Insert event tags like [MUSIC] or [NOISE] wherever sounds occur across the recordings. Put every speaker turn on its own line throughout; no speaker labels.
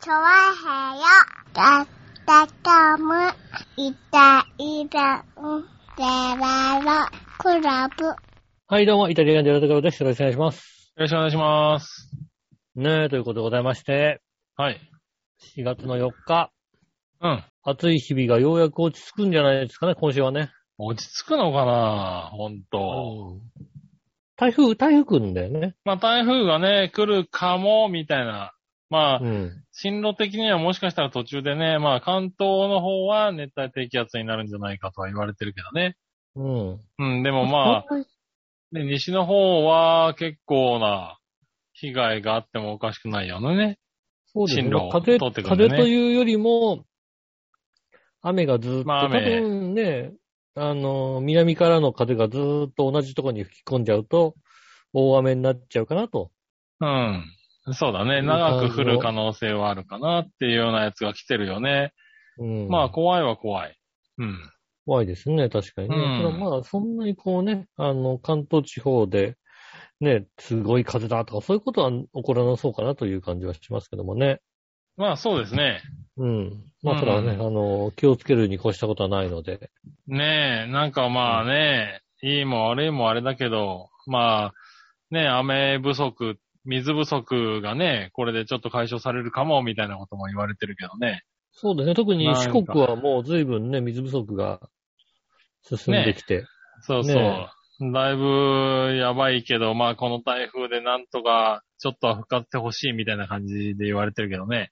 チョワヘヨだったかむいたいらんでららクラブ
はい、どうも、イタリアンジェラートクラブです。よろしくお願いします。
よろしくお願いします。
ねえ、ということでございまして、
はい。
4月の4日、
うん。
暑い日々がようやく落ち着くんじゃないですかね、今週はね。
落ち着くのかなほんと。
台風、台風来るんだよね。
まあ台風がね、来るかも、みたいな。まあ
う、ん。
進路的にはもしかしたら途中でね、まあ関東の方は熱帯低気圧になるんじゃないかとは言われてるけどね。
うん。
うん、でもまあ、ね西の方は結構な被害があってもおかしくないよね。
そうですね。
進路を
風、
通ってくるん
風
だよね
というよりも、雨がずーっと、
まあ雨
多分ね、あの、南からの風がずーっと同じところに吹き込んじゃうと、大雨になっちゃうかなと。
うん。そうだね。長く降る可能性はあるかなっていうようなやつが来てるよね。
うん。
まあ怖いは怖い。うん。
怖いですね、確かにね。
うん
ただまあ、そんなにこうね、あの、関東地方で、ね、すごい風だとか、そういうことは起こらなそうかなという感じはしますけどもね。
まあそうですね。
うん。まあ、それはね、
うん
あの、気をつけるに越したことはないので。
ねえ、なんかまあね、いいも悪いもあれだけど、まあ、ねえ、雨不足、水不足がね、これでちょっと解消されるかも、みたいなことも言われてるけどね。
そうですね、特に
なんか
四国はもう随分ね、水不足が進んできて。
そうそう。
ね
だいぶやばいけど、まあこの台風でなんとか、ちょっとは復活してほしいみたいな感じで言われてるけどね。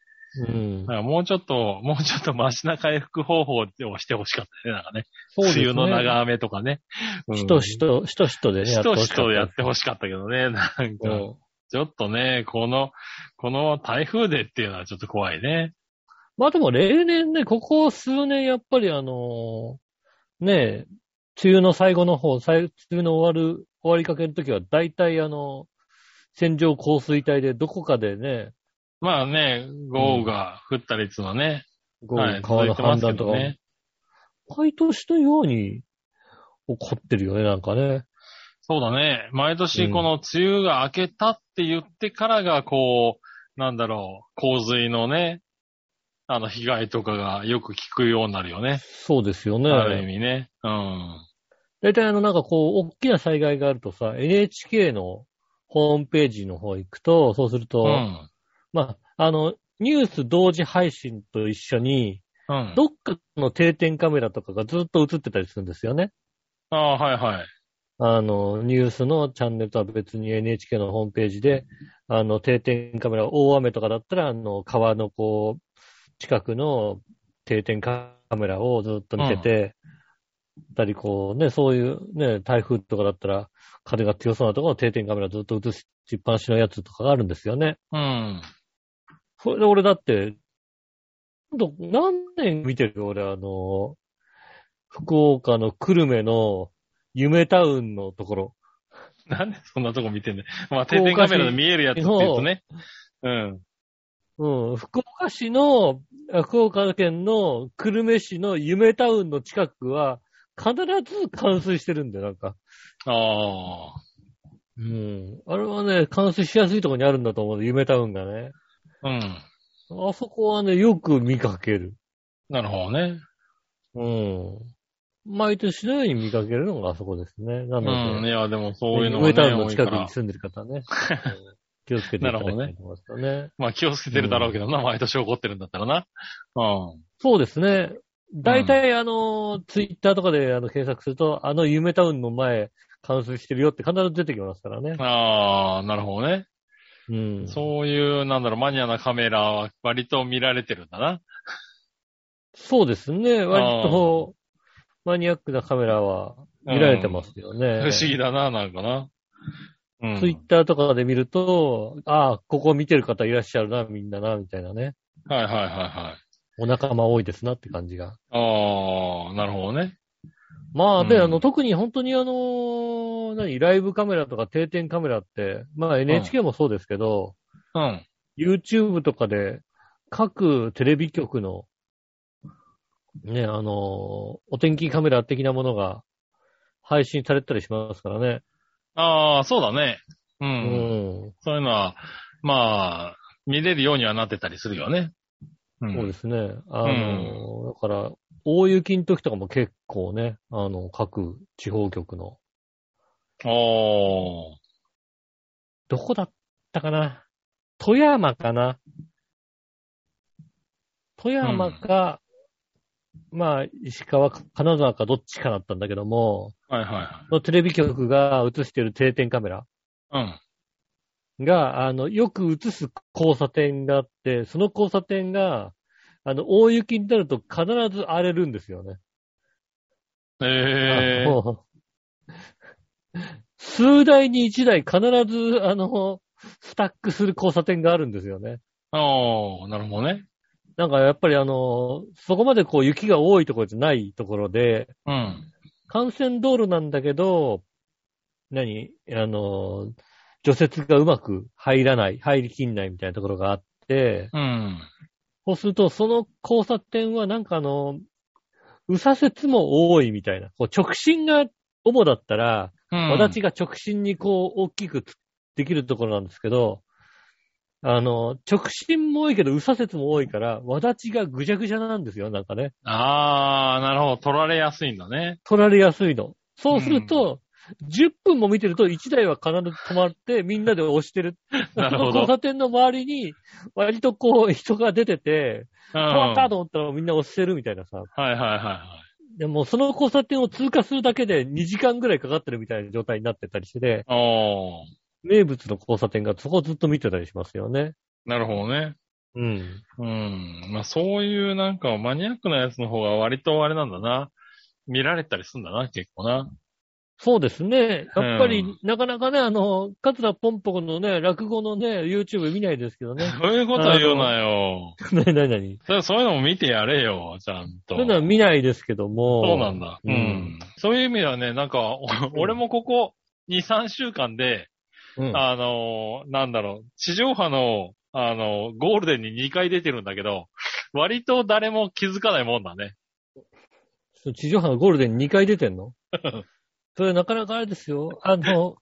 うん
だ。からもうちょっと、もうちょっとマシな回復方法をしてほしかったね、なんかね。
そうですね。
梅雨の長雨とかね。うん
しとしと、しとしとでね、
しとしとや
やっ
ってほしかったけどね、なん
てほしかった
か。
うん
ちょっとね、この、この台風でっていうのはちょっと怖いね。
まあでも例年ね、ここ数年やっぱりあのーねえ、梅雨の最後の方、最梅雨の終わる、終わりかけの時は大体あの、線状降水帯でどこかでね、
まあね、豪雨が降ったりっつうのはね、
こう
はい、
川
続
の
い
氾
てますけ
濫とか
ど
も、
ね。
毎年のように起こってるよね、なんかね。
そうだね。毎年この梅雨が明けたって言ってからが、こう、なんだろう、洪水のね、あの、被害とかがよく聞くようになるよね。
そうですよ
ある意
ね。
味ね。うん。
大体あのなんかこう、大きな災害があるとさ、NHK のホームページの方行くと、そうすると、
うん。
まあ、あの、ニュース同時配信と一緒に、
うん。
どっかの定点カメラとかがずっと映ってたりするんですよね。
ああ、はいはい。
あの、ニュースのチャンネルとは別に NHK のホームページで、あの、定点カメラ、大雨とかだったら、あの、川のこう、近くの定点カメラをずっと見てて、たりこうね、そういうね、台風とかだったら、風が強そうなところの定点カメラずっと映しっぱなしのやつとかがあるんですよね。
うん。 [LAUGHS]
それで俺だって、ほんと何年見てる俺、あの、福岡の久留米の夢タウンのところ。
なんでそんなとこ見てんだよまあ、定点カメラで見えるやつって言うとね。うん。
うん、福岡市の、あ福岡県の久留米市の夢タウンの近くは、必ず冠水してるんだよ、なんか。
ああ。
うん。あれはね、冠水しやすいところにあるんだと思う、夢タウンがね。
うん。
あそこはね、よく見かける。
なるほどね。
うん。毎年のように見かけるのがあそこですね。な
う
ので、
ん。いや、でもそういうのが
ウ
ね、
ェタウン
多
の
い
近
か
く
ら
に。住んでる方は
[LAUGHS]
ね。うん気をつけていただきたいと思いますよね。
まあ気をつけてるだろうけどな、毎年怒ってるんだったらな。うん。
そうですね。大体、あの、ツイッターとかであの検索すると、あの夢タウンの前、冠水してるよって必ず出てきますからね。
ああ、なるほどね。
うん。
そういう、なんだろう、マニアなカメラは割と見られてるんだな。
そうですね。割と、マニアックなカメラは見られてますよね。
不思議だな、なんかな。うん。
ツイッターとかで見ると、ああ、ここ見てる方いらっしゃるな、みんなな、みたいなね。
はいはいはいはい。
お仲間多いですなって感じが。
ああ、なるほどね。
まあ、で、
うん
あの、特に本当にあの、何、ライブカメラとか定点カメラって、まあ NHK もそうですけど、
うん。
YouTube とかで各テレビ局の、ね、あの、お天気カメラ的なものが配信されたりしますからね。
ああ、そうだね。う。
うんん。
そういうのは、まあ、見れるようにはなってたりするよね。うん
そうですね。あの、だから、大雪の時とかも結構ね、あの、各地方局の、
おー。
どこだったかな富山かな富山か、まあ、石川か、金沢かどっちかだったんだけども、
はいは
そのテレビ局が映してる定点カメラ
いはい。
が、あの、よく映す交差点があって、その交差点が、あの、大雪になると必ず荒れるんですよね。
うん。えー。
もう数台に一台必ず、あの、スタックする交差点があるんですよね。
おー、なるほどね。
なんかやっぱりあの、そこまでこう雪が多いところじゃないところで、
うん。
幹線道路なんだけど、何あの、除雪がうまく入らない、入りきんないみたいなところがあって、
うん。
そうするとその交差点はなんかあの、右左折も多いみたいな。こう直進が主だったら、
うん。
私が直進にこう大きくつできるところなんですけど、あの、直進も多いけど、右左折も多いから、わだちがぐじゃぐじゃなんですよ、なんかね。
あー、なるほど。取られやすいんだね。
取られやすいの。そうすると、10分も見てると1台は必ず止まって、みんなで押してる。
なるほど
その交差点の周りに、割とこう人が出てて、
うん。
止まった
はい
と思ったらみんな押してるみたいなさ。
はいはいは
でもその交差点を通過するだけで2時間ぐらいかかってるみたいな状態になってたりして、
い。おー。
名物の交差点がそこをずっと見てたりしますよね。
なるほどね。
うん。
うん。まあそういうなんかマニアックなやつの方が割とあれなんだな。見られたりするんだな、結構な。
そうですね。やっぱり、
うん
なかなかね、あの、カツラポンポコのね、落語のね、YouTube 見ないですけど
[LAUGHS]
ね。
そういうことは言うなよ。
なになになに
それそういうのも見てやれよ、ちゃんと。
そういうのは見ないですけども。
そうなんだ。う
うんん。
そういう意味ではね、なんか、お俺もここ2、3週間で、
うん。
あのー、なんだろう、地上波の、あのー、ゴールデンに2回出てるんだけど、 [LAUGHS] 割と誰も気づかないもんだね。
そう地上波のゴールデン2回出てん
[LAUGHS]
のそれなかなかあれですよ。あの、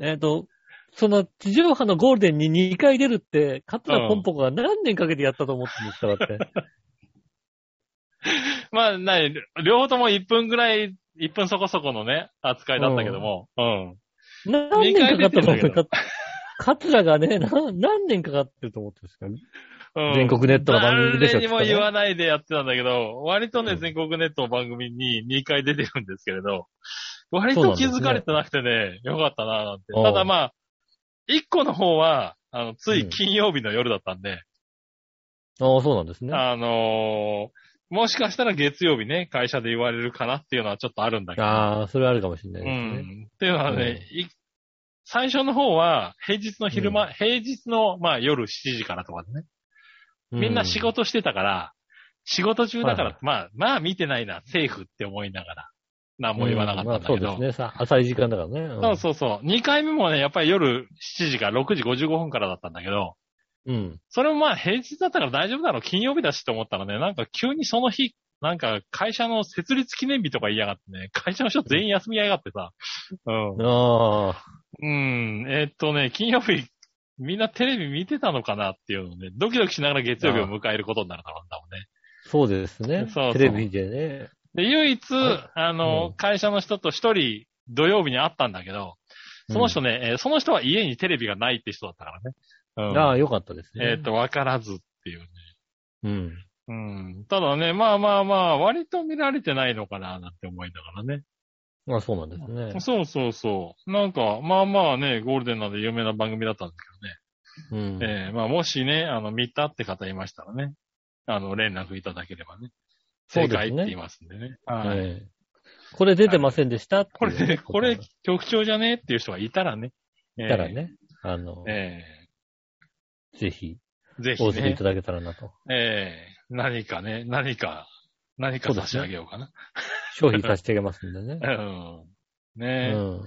えっと、その地上波のゴールデンに2回出るって、カツラポンポコが何年かけてやったと思ってんですからって。
まあ、ない、両方とも1分ぐらい、1分そこそこのね、扱いだったけども、うん。
何年かかったと思っ
二回出てんだ
て、カツラがね、 [LAUGHS] な何年かかってると思ってるんですか
うん
全国ネットの番組でしょ、
誰にも言
きっ
わないでやってたんだけど、割とね、
うん
全国ネットの番組に2回出てるんですけれど、割
そう
と
なん
気
ですね
づかれてなくてね、よかったなぁなんて。
うん
ただまあ、1個の方は、あの、つい金曜日の夜だったんで、
とねああ、そうなんですね。あ
あのーもしかしたら月曜日ね、会社で言われるかなっていうのはちょっとあるんだけど。
あ、それはあるかもしれないうですね。
ん。っていうのはね、い最初の方は、平日の昼間、平日の、まあ夜7時からとかでね、
う
みんな仕。事してたから、仕事中だから、
はいは
まあ、まあ見てないな、セーフって思いながら、何も言わなかったんだけど。
うんまあ、そうですね。さ浅い時間だからね。うん
そうそうそう。2回目もね、やっぱり夜7時から6時55分からだったんだけど、
うん。
それもまあ平日だったから大丈夫だろう、金曜日だしって思ったらね、なんか急にその日、なんか会社の設立記念日とか言いやがってね、会社の人全員休みやがってさ、うん。
ああ、
うん、えーっとね、金曜日、みんなテレビ見てたのかなっていうのね、ドキドキしながら月曜日を迎えることになるからなんだもんね。
そうですね。
そうそう
テレビでね。
で、唯一
はい、
あの、
うん
会社の人と一人土曜日に会ったんだけど、その人ね、えーその人は家にテレビがないって人だったからね。うん、
ああ、よかったですね。
えっ、と、わからずっていうね。
うん。
うん。ただね、まあまあまあ、割と見られてないのかな、なんて思いながらね。
まあそうなんですね。
そうそうそう。なんか、まあまあね、ゴールデンなんで有名な番組だったんです
うん
けどね。えーまあもしね、あの、見たって方いましたらね、あの、連絡いただければね。
そ
正
うですね
解って言いますんでね。は。
はいい。これ出てませんでした
これ、これ
い、
局長じゃねっていう人がいたらね。い
たら。ね、あの、
え
ぜひ、
えぜひ
お寄せい
ね
た。だけたらなと。
ええ何かね、何か、何か差し上げようかな。
商品差し上げますんでね。
うん。ねえ、
うん。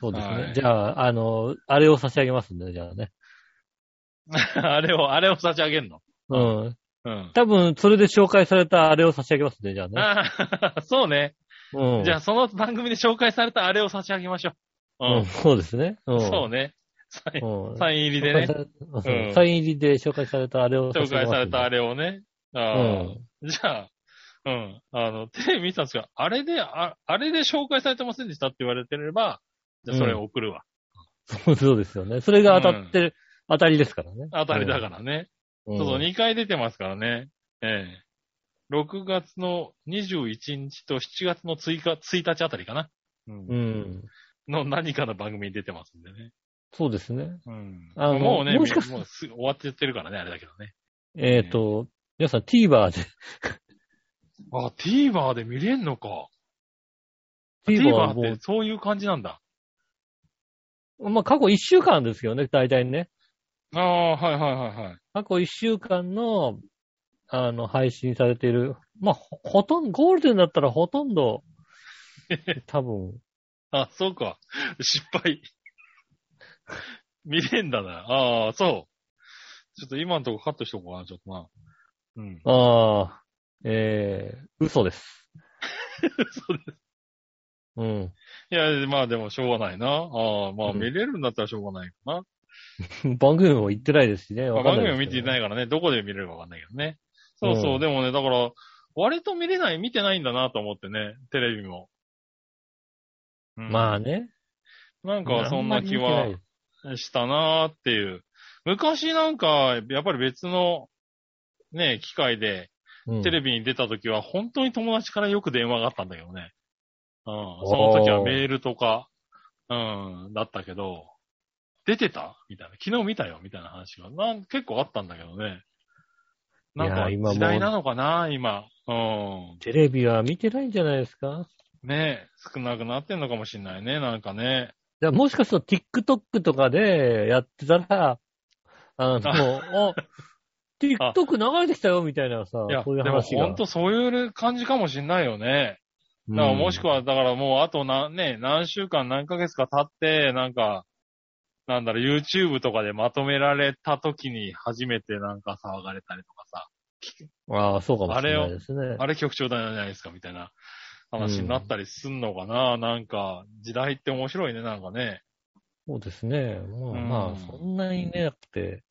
そうですね。
はい
じゃあ、あの、あれを差し上げますんでね、じゃあね。
[LAUGHS] あれを、あれを差し上げんの。
うん。
うん。
多分、それで紹介されたあれを差し上げますね、じゃあね。
ああ、 [LAUGHS] そうね。
うん。
じゃあ、その番組で紹介されたあれを差し上げましょう。
うん、そうですね。う。
うんん。そうね。サイン
うん
サイン入りで
[LAUGHS] 紹介
ね。
され
うん
サイン入りで紹介されたあれを。
紹介されたあ
れ。
れをね。
う
あー
ん。
じゃあ、うん。あの、テレビ見てたんですが、あれで、ああれで紹介されてませんでしたって言われてれば、じゃあそれを送るわ。
そうですよね。それが当たってる、当たりですからね。
当たりだからね。
うん。
そうそう、2回出てますからね。ええ6月の21日と7月の追加1日あたりかな。
う
うん
ん。
の何かの番組に出てますんでね。
そうですね。
うん。
あの
もうね、も
もしかし
うすぐ終わっちゃってるからね、あれだけどね。
えっ、と、皆さん TVer で。
あ、TVer で見れんのか。
TVer は
TVer
も
ってそういう感じなんだ。
う、まあ、過去1週間ですよね、大体ね。
ああ、はいはいはいはい。
過去1週間の、あの、配信されている。まあ、ほほとんど、ゴールデンだったらほとん
[LAUGHS]
ど、多分、
あ、そうか。失敗。見れんだな。ああ、そう。ちょっと今のとこカットしとこうかな、ちょっとな。うん。
ああ、えー、嘘です。
[LAUGHS] そうです。
うん。 [LAUGHS]
いや、まあでもしょうがないな。ああ、まあ
うん
見れるんだったらしょうがないかな。
番組も行ってないですしね。
まあ
わかん
番
ないで
組を
す
見ていないからね、どこで見れるかわかんないけどね。そうそう、
うん
でもね、だから、割と見れない、見てないんだなと思ってね、テレビも。うん
まあね。
なんかそん
あ
なん
まり
気
見てな
はいしたなーっていう。昔なんか、やっぱり別の、ね、機会で、
うん
テレビに出た時は、本当に友達からよく電話があったんだけどね。うん。その時はメールとか、うん、だったけど、出てたみたいな。昨日見たよみたいな話がなん結構あったんだけどね。なん
いや
か、
ー今もう
時代なのかな今。うん。
テレビは見てないんじゃないですか
ね少なくなってんのかもしんないね。なんかね。
いやもしかすると TikTok とかでやってたら、あ
[LAUGHS]
の、お TikTok 流れてきたよみたいなさ
いや、、
そういう
でも
話が。
本当そういう感じかもしんないよね。
うん、
だからもしくは、だからもうあと何、ね、何週間何ヶ月か経って、なんか、なんだろう、YouTube とかでまとめられた時に初めてなんか騒がれたりとかさ、
ああ、そうかもしれないですね。
あれ局長だじゃないですか、みたいな話になったりすんのかな、なんか、時代って面白いね、なんかね。
そうですね。まあ、
うん
まあ、そんなにね、だって、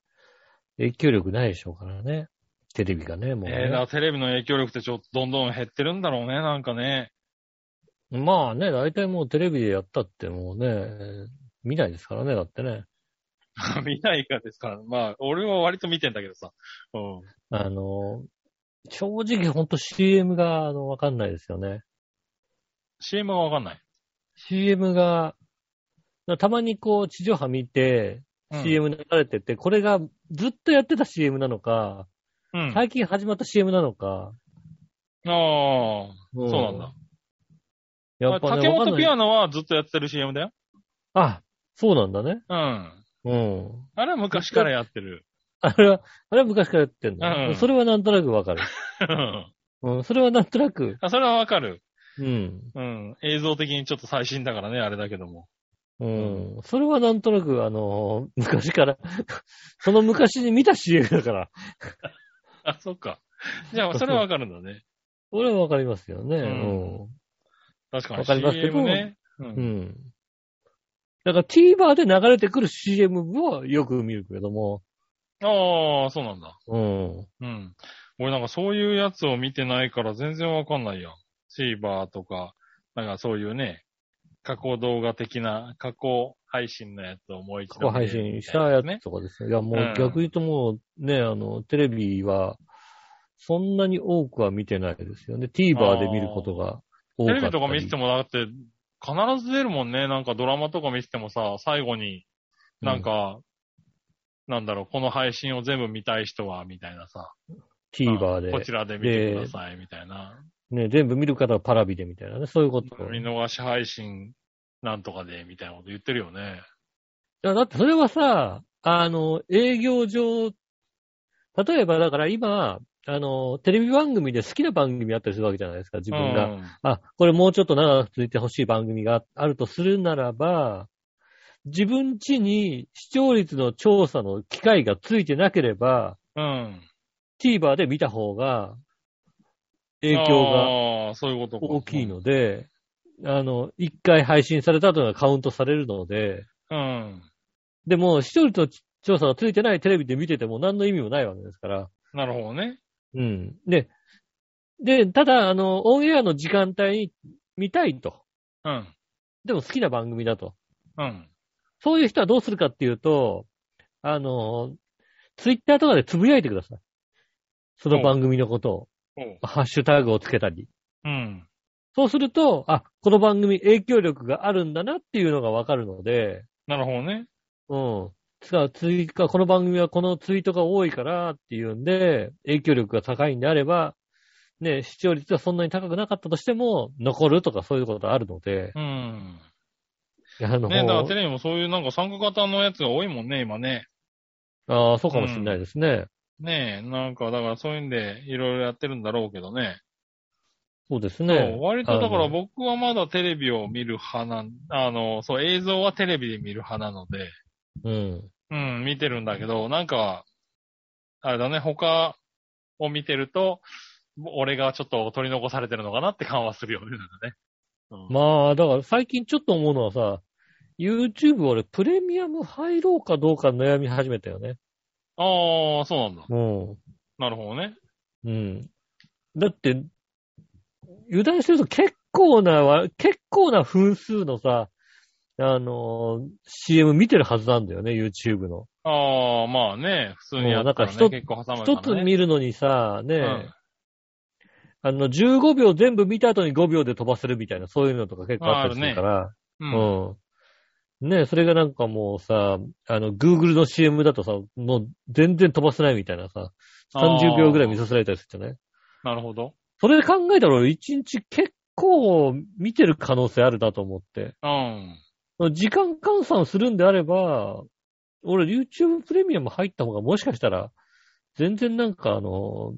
影響力ないでしょうからね。テレビがね、もう
え
ね、
ーだからテレビの影響力ってちょっとどんどん減ってるんだろうね、なんかね。 [LAUGHS]
まあね、大体もうテレビでやったってもうね、見ないですからね、だってね。
見ないからですから、まあ、俺は割と見てんだけどさ。うん。
あの、正直ほんと CM が、あの、わかんないですよね。
CM がわかんない。
CM が、たまにこう、地上波見て、
うん
CM 流れてて、これがずっとやってた CM なのか、
うん。
最近始まった CM なのか。
ああ、そうなんだ。。
やっぱね、
竹
わかん
本
ない
ピアノはずっとやってる CM だよ。
あ、そうなんだね。
うん。
うん。
あれは昔からやって
[LAUGHS]
る。
あれは、あれは昔からやってん
うんう
の。
ん
それはなんとなくわかる。
あ
うん、それはなんとなく、
それはわかる。
うん。
うん。映像的にちょっと最新だからね、あれだけども。
うん。それはなんとなく、あのー昔から、 [LAUGHS] その昔に見た CM だから、
あ、そっか。じゃあ、それはわかるんだね。
俺はわかりますよね。
確かに
わかりますけど
CM ね。う。
うん。うんん。だから TVer で流れてくる CM をよく見るけども、
ああ、そうなんだ。
うん。
うん。俺なんかそういうやつを見てないから全然わかんないや。シーバーとか、なんかそういうね、加工動画的な、加工配信のやつをもう一
過
度
去配信したや
ね
つ。とかですね。いや、も
うん
う逆に言うともうね、あの、テレビは、そんなに多くは見てないですよね。TVer で見ることが多
テ
かったり。
レビとか見ててもだって、必ず出るもんね。なんかドラマとか見ててもさ、最後に、なんか、なんだろう、この配信を全部見たい人は、みたいなさ。
TVer
あこち
で、
らで見てください、みたいな。
ね、全部見る方はパラビでみたいなね、そういうこと。
見逃し配信、なんとかで、みたいなこと言ってるよね。
いや、だってそれはさ、あの、営業上、例えばだから今、あの、テレビ番組で好きな番組あったりするわけじゃないですか、自分が。
うん
あ、これもうちょっと長く続いてほしい番組があるとするならば、自分家に視聴率の調査の機会がついてなければ、
うん。
TVer で見た方が、影響が
が。そういうことか
大きい。ので、あの、一回配信された後がカウントされるので、
うん。
でも、視聴率の調査がついてないテレビで見てても何の意味もないわけですから。
なるほどね。
うん。で、で、ただ、あの、オンエアの時間帯に見たいと。
うん。
でも好きな番組だと。
うん。
そういう人はどうするかっていうと、あの、ツイッターとかでつぶやいてください。その番組のこと
おう
を、ハッシュタグをつけたり。
うん。
そうすると、あ、この番組影響力があるんだなっていうのがわかるので、
なるほどね。
うん。つか、追加、この番組はこのツイートが多いからっていうんで、影響力が高いんであれば、ね、視聴率がそんなに高くなかったとしても、残るとかそういうことがあるので、
うん。
あの、
ねだからテレビもそういうなんか参加型のやつが多いもんね、今ね。
ああ、そうかもしれないですね。
ねえ、なんか、だからそういうんで、いろいろやってるんだろうけどね。
そうです
そ
ね
う。割と、だか
あ
ら
の
僕はまだテレビを見る派なん、あの、そう、映像はテレビで見る派なので、
うん。
うん、見てるんだけど、なんか、あれだね、他を見てると、俺がちょっと取り残されてるのかなって感はするよね、なんかね。うん
まあ、だから最近ちょっと思うのはさ、YouTube 俺プレミアム入ろうかどうか悩み始めたよね。
ああ、そうなんだ。
うん。
なるほどね。
うん。だって、油断してると結構なわ、結構な分数のさ、あのー CM 見てるはずなんだよね、YouTube の。
ああ、まあね、普通にやった
も
ら、ね、
うなんか一つ
結構挟まるから、ね。
一つ見るのにさ、ね、
うん
あの、15秒全部見た後に5秒で飛ばせるみたいな、そういうのとか結構あったりするから、
うん。
うん。ねそれがなんかもうさ、あの、Google の CM だとさ、もう全然飛ばせないみたいなさ、30秒ぐらい見させられたりするじゃない
なるほど。
それで考えたら俺一日結構見てる可能性あるなと思って。
うん。
時間換算するんであれば、俺 YouTube プレミアム入った方がもしかしたら、全然なんかあの、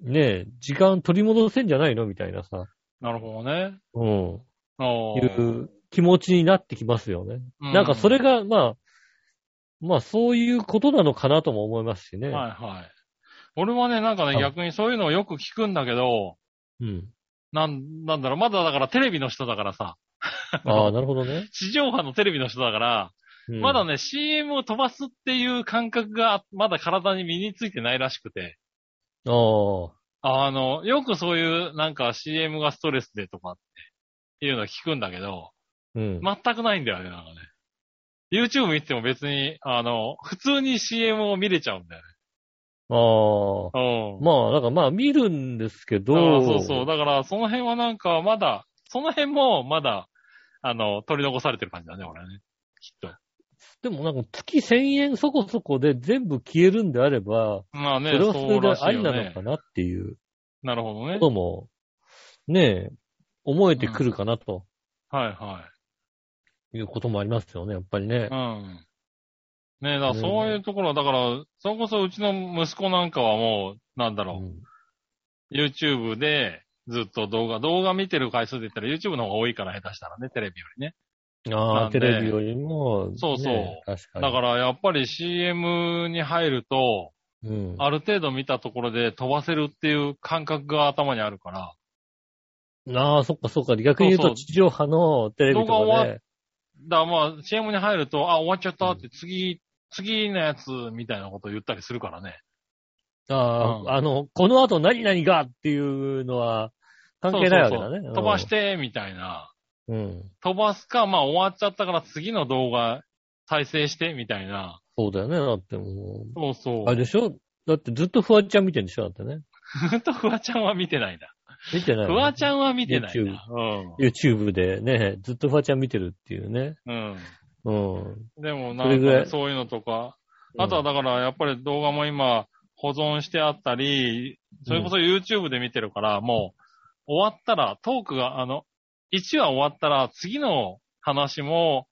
ねえ、時間取り戻せんじゃないのみたいなさ、
なるほどね。
うん、
ああ。
いう気持ちになってきますよね。
う
なんかそれが、まあ、まあそういうことなのかなとも思いますしね。
はいはい。俺はね、なんかね、
あ
逆にそういうのをよく聞くんだけど、 [LAUGHS]
うん。
なん、なんだろう、まだだからテレビの人だからさ、
ああ、なるほどね。
地上波のテレビの人だから、
うん
まだね、CM を飛ばすっていう感覚が、まだ体に身についてないらしくて、
ああ。
あの、よくそういう、なんか CM がストレスでとかっていうのを聞くんだけど、
うん。
全くないんだよね、なんかね。YouTube 見ても別に、あの、普通に CM を見れちゃうんだよ
ああ。
ね。うん。
まあ、だからまあ見るんですけど、
ああそうそう。だから、その辺はなんか、まだ、その辺も、まだ、あの、取り残されてる感じだね、俺はね。きっと。
でもなんか月1000円そこそこで全部消えるんであれば、
まあね、
それはそ
そ
れ
う
で
らし
あ
い
り
よ
なの
ね
か。なっていう
なるほどね
こ。とも、ねえ、思えてくるかなと
はいは
いうこともありますよね、やっぱりね
い。う。ん。ねだからそういうところは、だから、それこそうちの息子なんかはもう、なんだ
う
ろ
ん
う、YouTube で、ずっと動画、動画見てる回数で言ったら YouTube の方が多いから下手したらね、テレビよりね。
あ
な
あ、
んで
テレビよりも、
そうそう
ねえ確か
だ
に。
からやっぱり CM に入ると、
うん、
ある程度見たところで飛ばせるっていう感覚が頭にあるから、
ああ、そっかそっか。逆に言う
そう
と
そう
地上波のテレビと
動画
か
終
ね。
だからまあ、CM に入ると、あ、終わっちゃったって、次、次のやつ、みたいなことを言ったりするからね。
ああ、
うん
あの、この後何々がっていうのは関係ないわけだね。
そうそうそう
うん
飛ばし。て、みたいな。
うん。
飛ばすか、まあ終わっちゃったから次の動画再生して、みたいな。
そうだよね。だってもう、
そうそう。
あれでしょだってずっとフワちゃん見てるんでしょだってね。
ずっとフワちゃんは見てないな。
見てない、
フワちゃんは見てないな。
YouTube でね、ずっとフワちゃん見てるっていうね。
うん。
うん。
うん。でも
そ
な
れ
ん
ぐ
か
ら
ね
い
そういうのとか、あとはだから、やっぱり動画も今、保存してあったり、それこそ YouTube で見てるから、もう、終わったら、トークが、あの、1話終わったら、次の話も、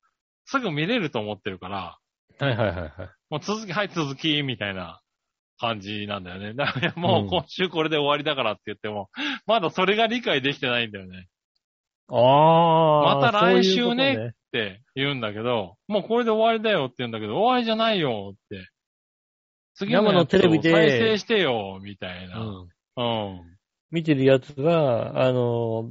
すぐ見れると思ってるから、
うん、はいはいはいはい。
もう続き、はい、続き、みたいな感じなんだよね。だから、もう今週これで終わりだからって言っても、まだそれが理解できてないんだよね。
ああ。
また来週ね
そういうこ
って言うんだけど、もうこれで終わりだよって言うんだけど、終わりじゃないよって。次のや
生
つ
のテレビ
を
で
再生してよ、みたいな。
とねうん
うん。
見てるやつが、あの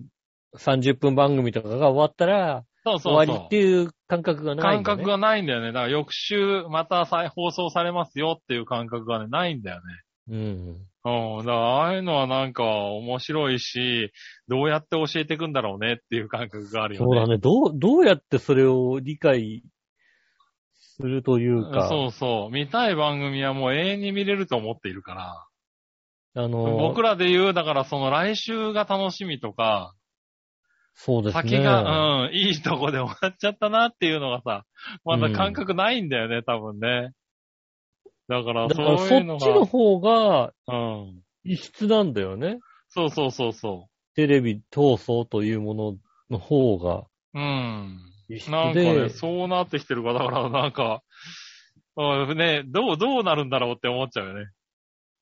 ー、30分番組とかが終わったら、
そう
終
そう
わ
そ
り
う。
っていう感覚がない、
感覚がないんだよね。だから翌週また再放送されますよっていう感覚がね、ないんだよね。
うん。
うん。だからああいうのはなんか面白いし、どうやって教えていくんだろうねっていう感覚があるよね。
そうだね。どう、どうやってそれを理解するというか、
そうそう。見たい番組はもう永遠に見れると思っているから。
あの、
僕らで言う、だからその来週が楽しみとか、
そうですね。
先が、うん、いいとこで終わっちゃったなっていうのがさ、まだ感覚ないんだよね、多分ね。だから
だから
そう
そ
いうの
っちの
が、
方が
うん。
異質なんだよね。
そうそうそうそ
テレビ闘争というものの方が
う。うん。
異質で。
なんかね、そうなってきてるから、だからなんか、うんね、どう、どうなるんだろうって思っちゃうよね。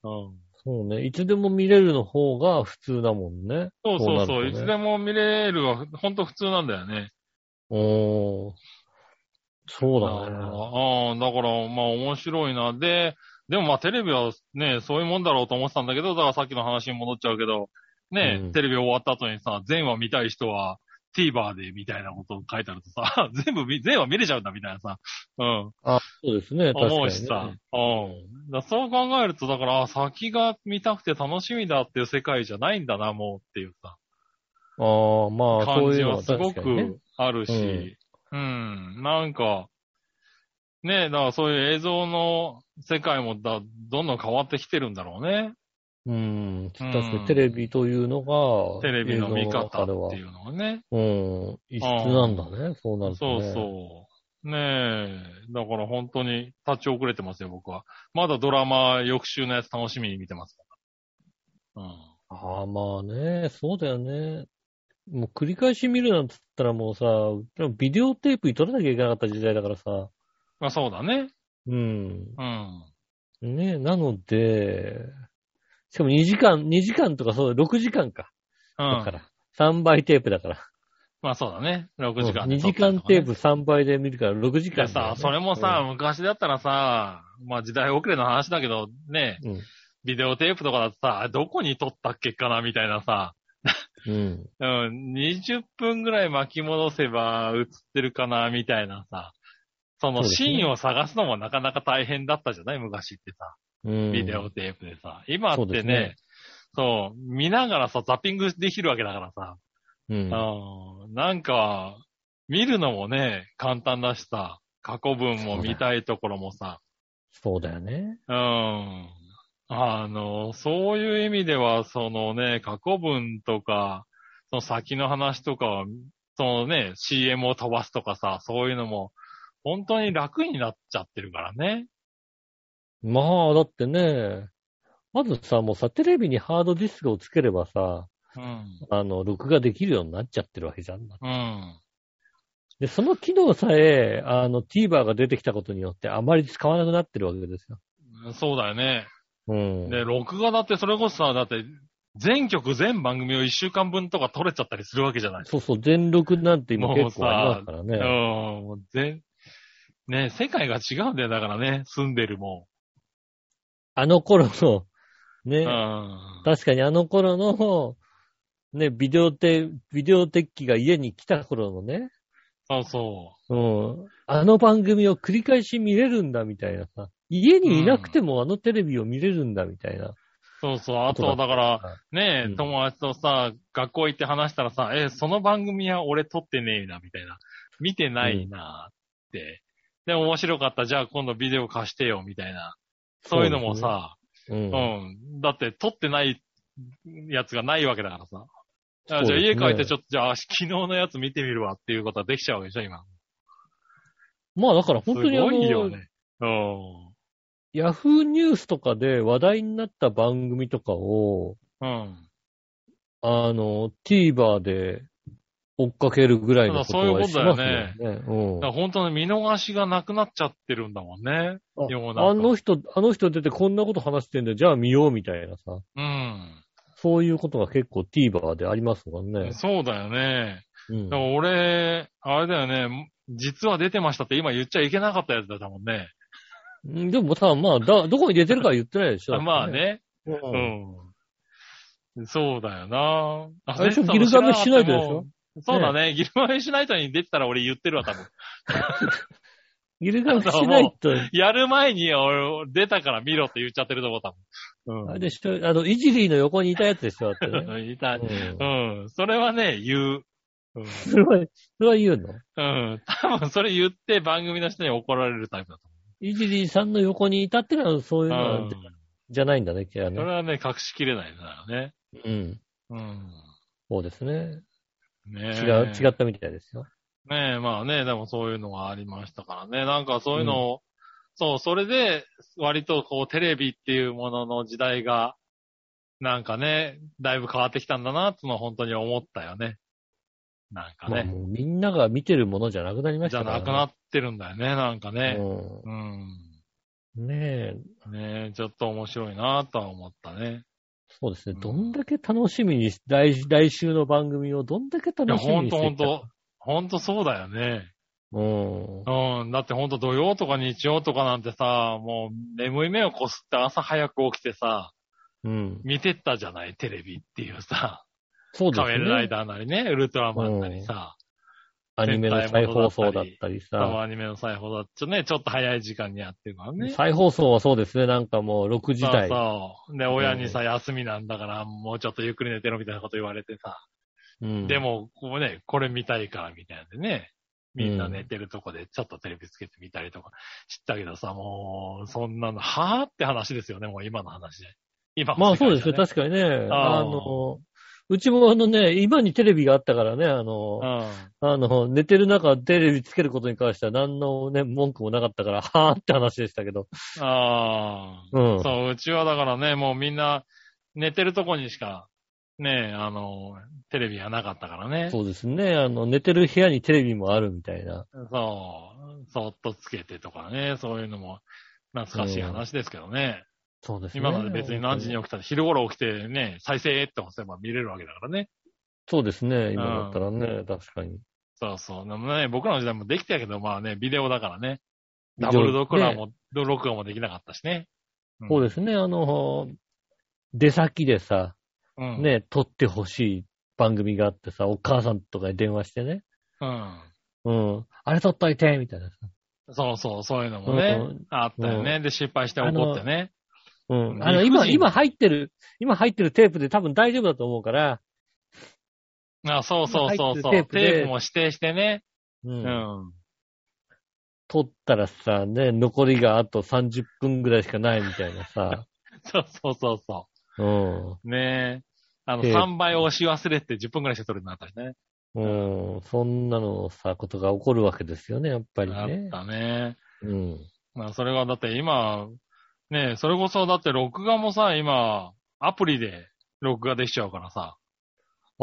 うん。
そうね。いつでも見れるの方が普通だもんね。
そうそうそう。い
そ
つ
うな
でも見れるは、ほんと普通なんだよね。
おー。そう
だ
だ
から、
ね。
ああ、だから、まあ面白いな。で、でもまあテレビはね、そういうもんだろうと思ってたんだけど、だからさっきの話に戻っちゃうけど、ね、
うん
テレビ終わった後にさ、全話見たい人は TVer でみたいなことを書いてあるとさ、 [LAUGHS] 全部見、全話見れちゃうんだみたいなさ、うん、
そうですね。 [LAUGHS] 確かに、ね。
思うしさ、うん。だからそう考えると、だから、あ先が見たくて楽しみだっていう世界じゃないんだな、もうっていうさ、
ああ、まあ、そ
感
うい
じ
うの
は
は
すご
確かにね
くあるし、うん、なんか、ねえ、だからそういう映像の世界もだ、どんどん変わってきてるんだろうね。
うん。確か
うん
にテレビというのが、
テレビの見方
映像の
って
中
い
では。
うのはね。
うん。異質なんだね。そうなると、
そ
ね。
うそう。ねえ、だから本当に立ち遅れてますよ、僕は。まだドラマ翌週のやつ楽しみに見てますから。うん。
ああ、まあね、そうだよね。もう繰り返し見るなんつったらもうさ、ビデオテープに撮らなきゃいけなかった時代だからさ。
まあそうだね。
うん。
うん。
ね、なので、しかも2時間、2時間とかそう、6時間か。
う
だ
ん
か。ら。3倍テープだから。
まあそうだね。6時間、
2時間テープ3倍で見るから6時
いや
間だよね、
さ、それもさ、昔だったらさ、まあ時代遅れの話だけど、ね、
うん、
ビデオテープとかだとさ、どこに撮ったっけかなみたいなさ、
うん。
うん、20分ぐらい巻き戻せば映ってるかなみたいなさ、そ
そう
の
です
シ
ね
ーンを探すのもなかなか大変だったじゃない昔ってさ、
うん。
ビデオテープでさ。今っ
そうで
て
すね
ね、そう見ながらさ、ザッピングできるわけだからさ、
うん。
うん、なんか、見るのもね、簡単だしさ、過去文も見たいところもさ、
そうだよね。
うん。あの、そういう意味では、そのね、過去文とか、その先の話とかは、そのね、CM を飛ばすとかさ、そういうのも、本当に楽になっちゃってるからね。
まあ、だってね、まずさ、もうさ、テレビにハードディスクをつければさ、
うん。
あの、録画できるようになっちゃってるわけじゃん。
うん。
で、その機能さえ、あの、TVer が出てきたことによって、あまり使わなくなってるわけですよ。
そうだよね。
うん。
で、録画だってそれこそさ、だって、全曲全番組を一週間分とか撮れちゃったりするわけじゃない。
そうそう、全録なんて今
もう
結構ありますから
うん。
ね。
もう全、ね、世界が違うんだよ、だからね、住んでるも
あの頃の、
ん。う
ね、
ん。
確かにあの頃の、ね、ビデオテ、ビデオテッキが家に来た頃のね、
そうそう。
うん。あの番組を繰り返し見れるんだみたいなさ。家にいなくてもあのテレビを見れるんだみたいな。
そうそう。あと、
ことだ
だから、ねえ、
うん
友達とさ、学校行って話したらさ、え、その番組は俺撮ってねえな、みたいな。見てないな、って。で、面白かった。じゃあ今度ビデオ貸してよ、みたいな。そういうのもさ、
う。
うんん。だって撮ってないやつがないわけだからさ。あじ
そ
ゃ
うで
あ
すね
家帰ってちょっと、じゃあ昨日のやつ見てみるわっていうことはできちゃうわけでしょ、今。
まあだから
す
本
ご
当にあ
いよ
の、
ね。うん。
ヤフーニュースとかで話題になった番組とかを、
うん。
あの、TVer で追っかけるぐらいのことはしますよね。
だから本当に見逃しがなくなっちゃってるんだもんね。
うん
世の中
ああの人、あの人出てこんなこと話してんだよ、じゃあ見ようみたいなさ。
うん。
そういうことが結構 TVer でありますもんね。
そうだよね。
うん
だから俺、あれだよね、実は出てましたって今言っちゃいけなかったやつだったもんね。
うんでもさ、まあ、だ、どこに出てるかは言ってないでしょ。
まあ。ね、
うん。
うん。そうだよな。
あれでしょギルガメッシュナイトでしょ
そうだね。ギルマフェシュナイトに出てたら俺言ってるわ、多分。
ギルガメッシュナイト、
やる前に俺、出たから見ろって言っちゃってると思う、多分。
あれでしょ、あの、イジリーの横にいたやつでしょ、だってね。
うん。いた。
うん
うん。それはね、言う。うん。
それは、それは言うの
うん。多分それ言って番組の人に怒られるタイプだと
イジリーさんの横にいたってのはそういうの
思う。
は
うん。
じゃないんだね、キャラ
それ
ね。
はね、隠しきれないなね。
うん。
うん。
そうですね。
ね
違
え
う、違ったみたいですよ。
ねえ、まあね、でもそういうのがありましたからね。なんかそういうのを、そう、それで、割とこうテレビっていうものの時代が、なんかね、だいぶ変わってきたんだな、ってのは本当に思ったよね。なんか
まあ
ね。
もうみんなが見てるものじゃなくなりまし
じゃ
たから、
なくなってるんだよね、なんかね。
う
うん。
ん。ねえ、
ねえ、ちょっと面白いな、とは思ったね。
そうですね
う。ん
どんだけ楽しみにし、来来週の番組をどんだけ
いや、
楽しみ
ほん
にし
と
て
ほ
き
ん
た
と。ほんとそうだよね。
うん。
うん。だってほんと土曜とか日曜とかなんてさ、もう眠い目をこすって朝早く起きてさ、
うん。
見てったじゃない、テレビっていうさ、
そうです
カ
ね。
メラライダーなりね、ウルトラマンなりさ、
アニメの再放送だったり
その
さ。
アニメの再放送だちょっとね、ちょっと早い時間にやってるからね。
再放送はそうですね。なんかもう6時台。
そうそう。で、親にさ、休みなんだから、もうちょっとゆっくり寝てろみたいなこと言われてさ。
うん
で、も、こうね、これ見たいからみたいなんでね、みんな寝てるとこでちょっとテレビつけてみたりとかしたけどさ、もう、そんなの、はぁって話ですよね、もう今の話で。今の
まあ
世界
そう
じゃ
ですね。確かにね。
あー
あの、うちもあのね、今にテレビがあったからね、あの、
うん。
あの、寝てる中テレビつけることに関しては何のね、文句もなかったから、 [LAUGHS] はーって話でしたけど。
ああ。
うん。
そう、うちはだからね、もうみんな寝てるとこにしか、ね、あの、テレビがなかったからね。
そうですね。あの、寝てる部屋にテレビもあるみたいな。
そう、そっとつけてとかね、そういうのも懐かしい話ですけどね。
そうですね。
今まで別に何時に起きたら昼頃起きてね、再生って押せば見れるわけだからね。
そうですね。今だったらね、確かに。
そうそう。でもね、僕らの時代もできたけど、まあね、ビデオだからね。ダブルドクラも、録画もできなかったしね。ん
そうですね。あの、出先でさ、
うん。。
ね、撮ってほしい番組があってさ、お母さんとかに電話してね。
うん。
うん。あれ撮っといて、みたいなさ。
そうそう、そういうのもね、
うん
あったよね。で、失敗して怒ってね。
うん。
理
あの、
不尽
今、今入ってる、今入ってるテープで多分大丈夫だと思うから。
あ、そうそうそうそ
入っ
う。テー
てるテープで
プも指定してね。
う。
うんん。 [LAUGHS]
撮ったらさ、ね、残りがあと30分ぐらいしかないみたいな
[LAUGHS]
さ。
そうそうそうそ
うん。
う。ねえ。あの、
テープ
3倍押し忘れて10分くらいして撮るようになったしね。
うん。そんなのさ、ことが起こるわけですよね、やっぱり
あっ
ね。
たね。
うん。
まあ、それはだって今、ねえ、それこそだって録画もさ、今、アプリで録画できちゃうからさ。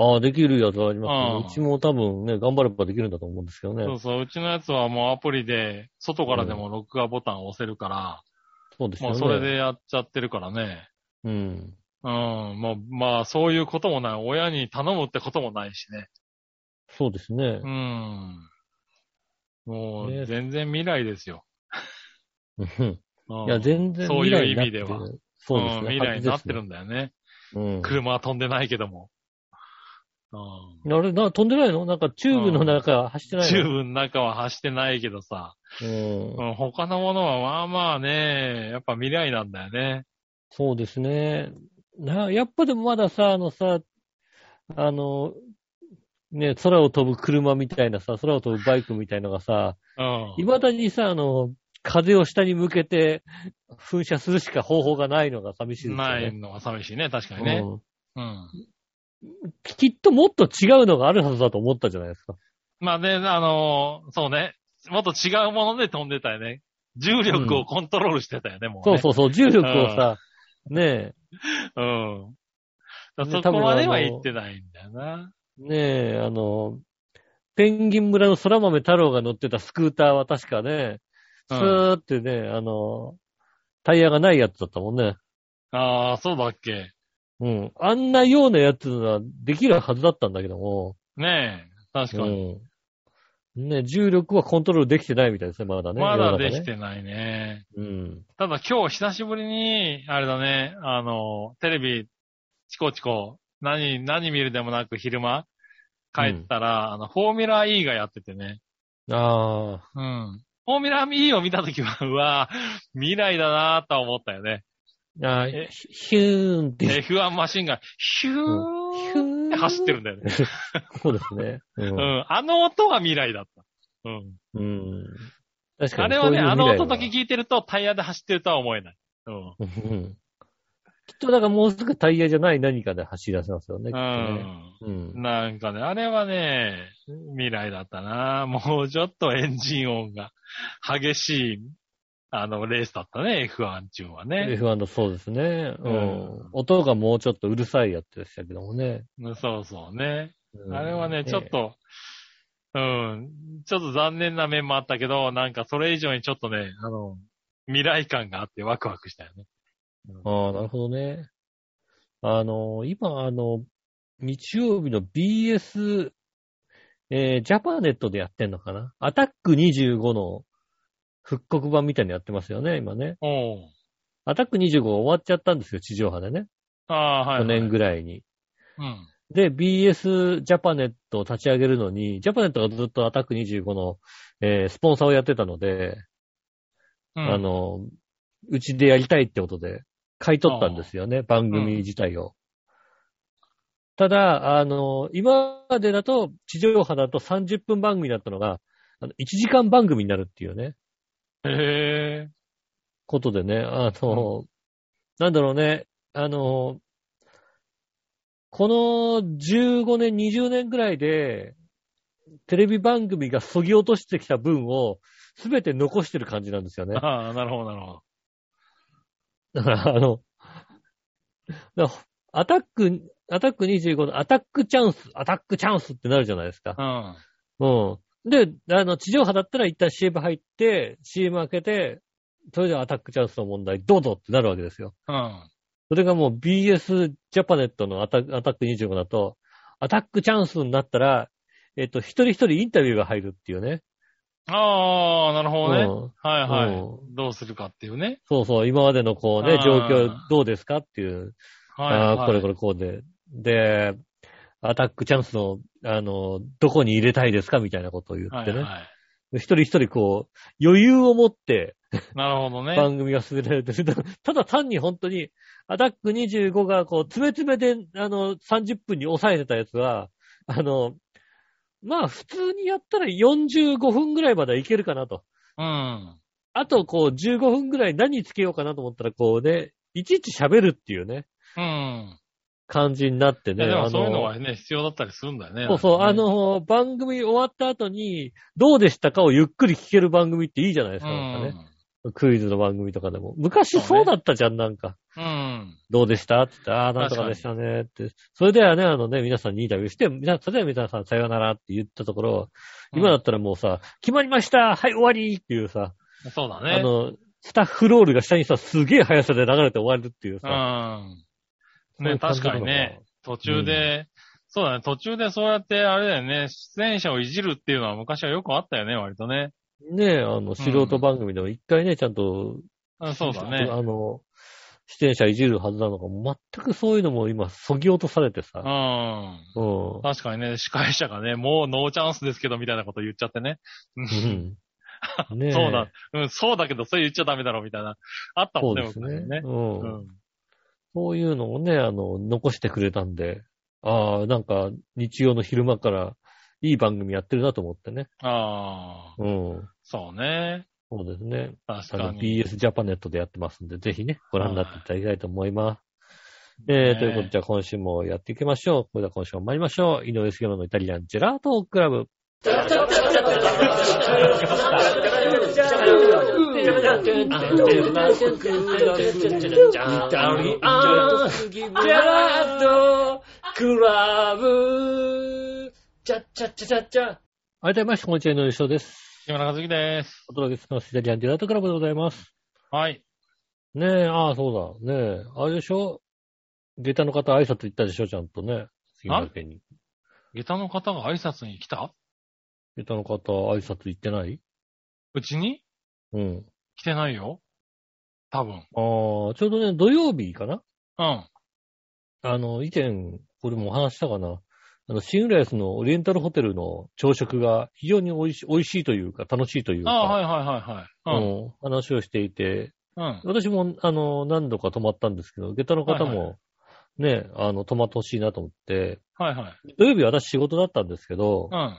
ああ、できるやつあります
う
ね。
ん
うちも多分ね、頑張ればできるんだと思うんですけどね。
そうそう、うちのやつはもうアプリで、外からでも録画ボタンを押せるから、
そうですよ
もう
ね。
それで。やっちゃってるからね。
うん。
うん、もう、まあ、そういうこともない。親に頼むってこともないしね。
そうですね
う。ん。も
ね
う、全然未来ですよ。
うん
うん
いや、全然
そう
未来に
いう意
なっ
味
て
で
る
は。。
そうですね。
ん未来になってる
ん
んだよね。
うん。
車は飛んでないけども。うん
あれ、な飛んでないのなんかチューブの中走ってない
チュー
の、
ブの中は走ってないけどさ、
うん、
うん他のものはまあまあね、やっぱ未来なんだよね。
そうですね。な、やっぱでもまださ、あのさ、あの、ね、空を飛ぶ車みたいなさ、空を飛ぶバイクみたいのがさ、
うん。
いまだにさ、あの、風を下に向けて噴射するしか方法がないのが寂しいですよね。
ないのが寂しいね、確かにね。
うん
うん。
きっともっと違うのがあるはずだと思ったじゃないですか。
まあね、あのーそうね。もっと違うもので飛んでたよね。重力をコントロールしてたよね、もう、
そう
ね。
そうそう、重力をさ、ね
う。うん。だから
ね
そこま
多分あ
では
の
行ってないんだよな。
え、ねえ、あの、ペンギン村の空豆太郎が乗ってたスクーターは確かね、ス
うん、
ーってね、あの、タイヤがないやつだったもんね。
ああ、そうだっけ。
うん。あんなようなやつはできるはずだったんだけども、
ねえ。確かに。
うん。ねえ重力はコントロールできてないみたいですね、まだね。
ま
世
だ
の中ね
できてないね。
うん。
ただ今日久しぶりに、あれだね、あの、テレビ、チコチコ、何、何見るでもなく昼間、帰ったら、あの、フォーミュラ E がやっててね。
ああ、
うん。フォーミュラ E を見たときは、うわぁ、未来だなぁとは思ったよね。
あー
え
ヒヒューンって。
F1 マシンが、ヒュ
ヒュ
ーンっ
ー
て
ン
走ってるんだよね。
そうですね。う。
うんん。あの音が未来だった。うん。
うん。確か
あ
に
れ
そ
は
ういう未来
ね、
が。
あの音だけ聞いてるとタイヤで走ってるとは思えない。うん。
[LAUGHS] うんきっとだからもうすぐタイヤじゃない何かで走り出せますよね、きっとね。う
うん。
ん。
なんかね、あれはね、未来だったな [LAUGHS] もうちょっとエンジン音が激しい、あの、レースだったね、F1 中はね。
F1 のそうですね。う
うん
ん。音がもうちょっとうるさいやつでしたけどもね。
そうそうね。
うん
あれはね、ちょっ。と、うん、ちょっと残念な面もあったけど、なんかそれ以上にちょっとね、あの、未来感があってワクワクしたよね。
ああ、なるほどね。あの、今、あの、日曜日の BS、えージャパネットでやってんのかなアタック25の復刻版みたいにやってますよね、今ね。
おう
アタック25終わっちゃったんですよ、地上波でね。
ああー、はい、
去年ぐらいに。
うん。
で、BS ジャパネットを立ち上げるのに、ジャパネットがずっとアタック25の、えースポンサーをやってたので、
うん、
あ、の、うちでやりたいってことで、買い取ったんですよね、番組自体を。ただ、あの、今までだと、地上波だと30分番組だったのが、あの1時間番組になるっていうね、
へえ。
ことでね、あの、なんだろうね、あの、この15年、20年ぐらいで、テレビ番組がそぎ落としてきた分を、すべて残してる感じなんですよね。
ああ、なるほど、なるほ
だ
ど。
から、あの、だアタック、アタック25のアタックチャンス、アタックチャンスってなるじゃないですか
う。ん。
うん。で、あの、地上波だったら一旦 CM 入って、CM 開けて、それではアタックチャンスの問題、どうぞってなるわけですよ。
うん。
それがもう BS ジャパネットのアタアタック25だと、アタックチャンスになったら、えっと、一人一人インタビューが入るっていうね。
ああ、なるほどね。
うん
はいはい、
う
どうするかっていうね。
そうそう、今までのこうね
あー、
状況どうですかっていう
はい、はい。
ああ、これこれこうで。で、アタックチャンスの、あの、どこに入れたいですかみたいなことを言ってね。
はいはい。
一人一人こう、余裕を持って
なるほどね。
番組が進められてる。 [LAUGHS] ただ単に本当に、アタック25がこう、詰め詰めで、あの、30分に抑えてたやつは、あの、まあ普通にやったら45分ぐらいまではいけるかなと。
うん。
あとこう15分ぐらい何つけようかなと思ったらこうね、いちいち喋るっていうね、
うん。
感じになって
い
ね。
やで
あ
も
の
そういうのがね、必要だったりするんだよね。
そうそう、
な
あ
んかね、
の、番組終わった後に、どうでしたかをゆっくり聞ける番組っていいじゃないですか、なんかね。クイズの番組とかでも。昔そうだったじゃん、なんか。
うん。うん。
どうでしたって言って、ああ、なんとかでしたねって。それではね、あのね、皆さんにインタビューして、皆さん、例えば皆さんさようならって言ったところ、今だったらもうさ、決まりましたはい、終わりっていうさ、
そうだ
あ
ね。
の、スタッフロールが下にさ、すげえ速さで流れて終わるっていうさ。
うん。ね、確かにね、。途中で、そうだね、途中でそうやって、あれだよね、出演者をいじるっていうのは昔はよくあったよね、割とね。
ねえ、あの、素人番組でも一回ね、ちゃんと
うん、そうだね。
あの、出演者いじるはずなのか、全くそういうのも今、そぎ落とされて
う
さ。
ん。
うん。
確かにね、司会者がね、もうノーチャンスですけど、みたいなこと言っちゃってね。
うんねえ
[LAUGHS] そうだ。、うん、そうだけど、それ言っちゃダメだろ、みたいな。あった
そ
も
うん
ね、
です
昔
ね。う。
うんん。
そういうのをね、あの、残してくれたんで、ああ、なんか、日曜の昼間から、いい番組やってるなと思ってね。
ああ、
うん。
そうね。
そうですね。
確
あ
か
の、
に。
BS ジャパネットでやってますんで、ぜひね、ご覧になっていただきたいと思います。
ね
えー、ということで、じゃあ今週もやっていきましょう。それでは今週も参りましょう。井上杉山のイタリアンジェラートクラブ。ありがとうございました。こんにちは、井上翔です。
木村和樹です。
お届けします。イタリアンジェラートクラブでございます。
はい。
ねえ、ああ、そうだ。ねえ、あれでしょ下駄の方挨拶行ったでしょちゃんとね。杉村家に。
下駄の方が挨拶に来た
下駄の方挨拶行ってないう
ちに
うん。
来てないよ。多分。
ああ、ちょうどね、土曜日かな
うん。
あの、以前、これもお話ししたかな。あの、新浦安のオリエンタルホテルの朝食が非常に美味しい、美味しいというか、楽しいというか、
ああー、はいはいはいはい。
うん話をしていて、
うん。うん。
私も、あの、何度か泊まったんですけど、下駄の方も、ね、あの、泊まってほしいなと思って、
はいはい。
土曜日私仕事だったんですけど
う、ん。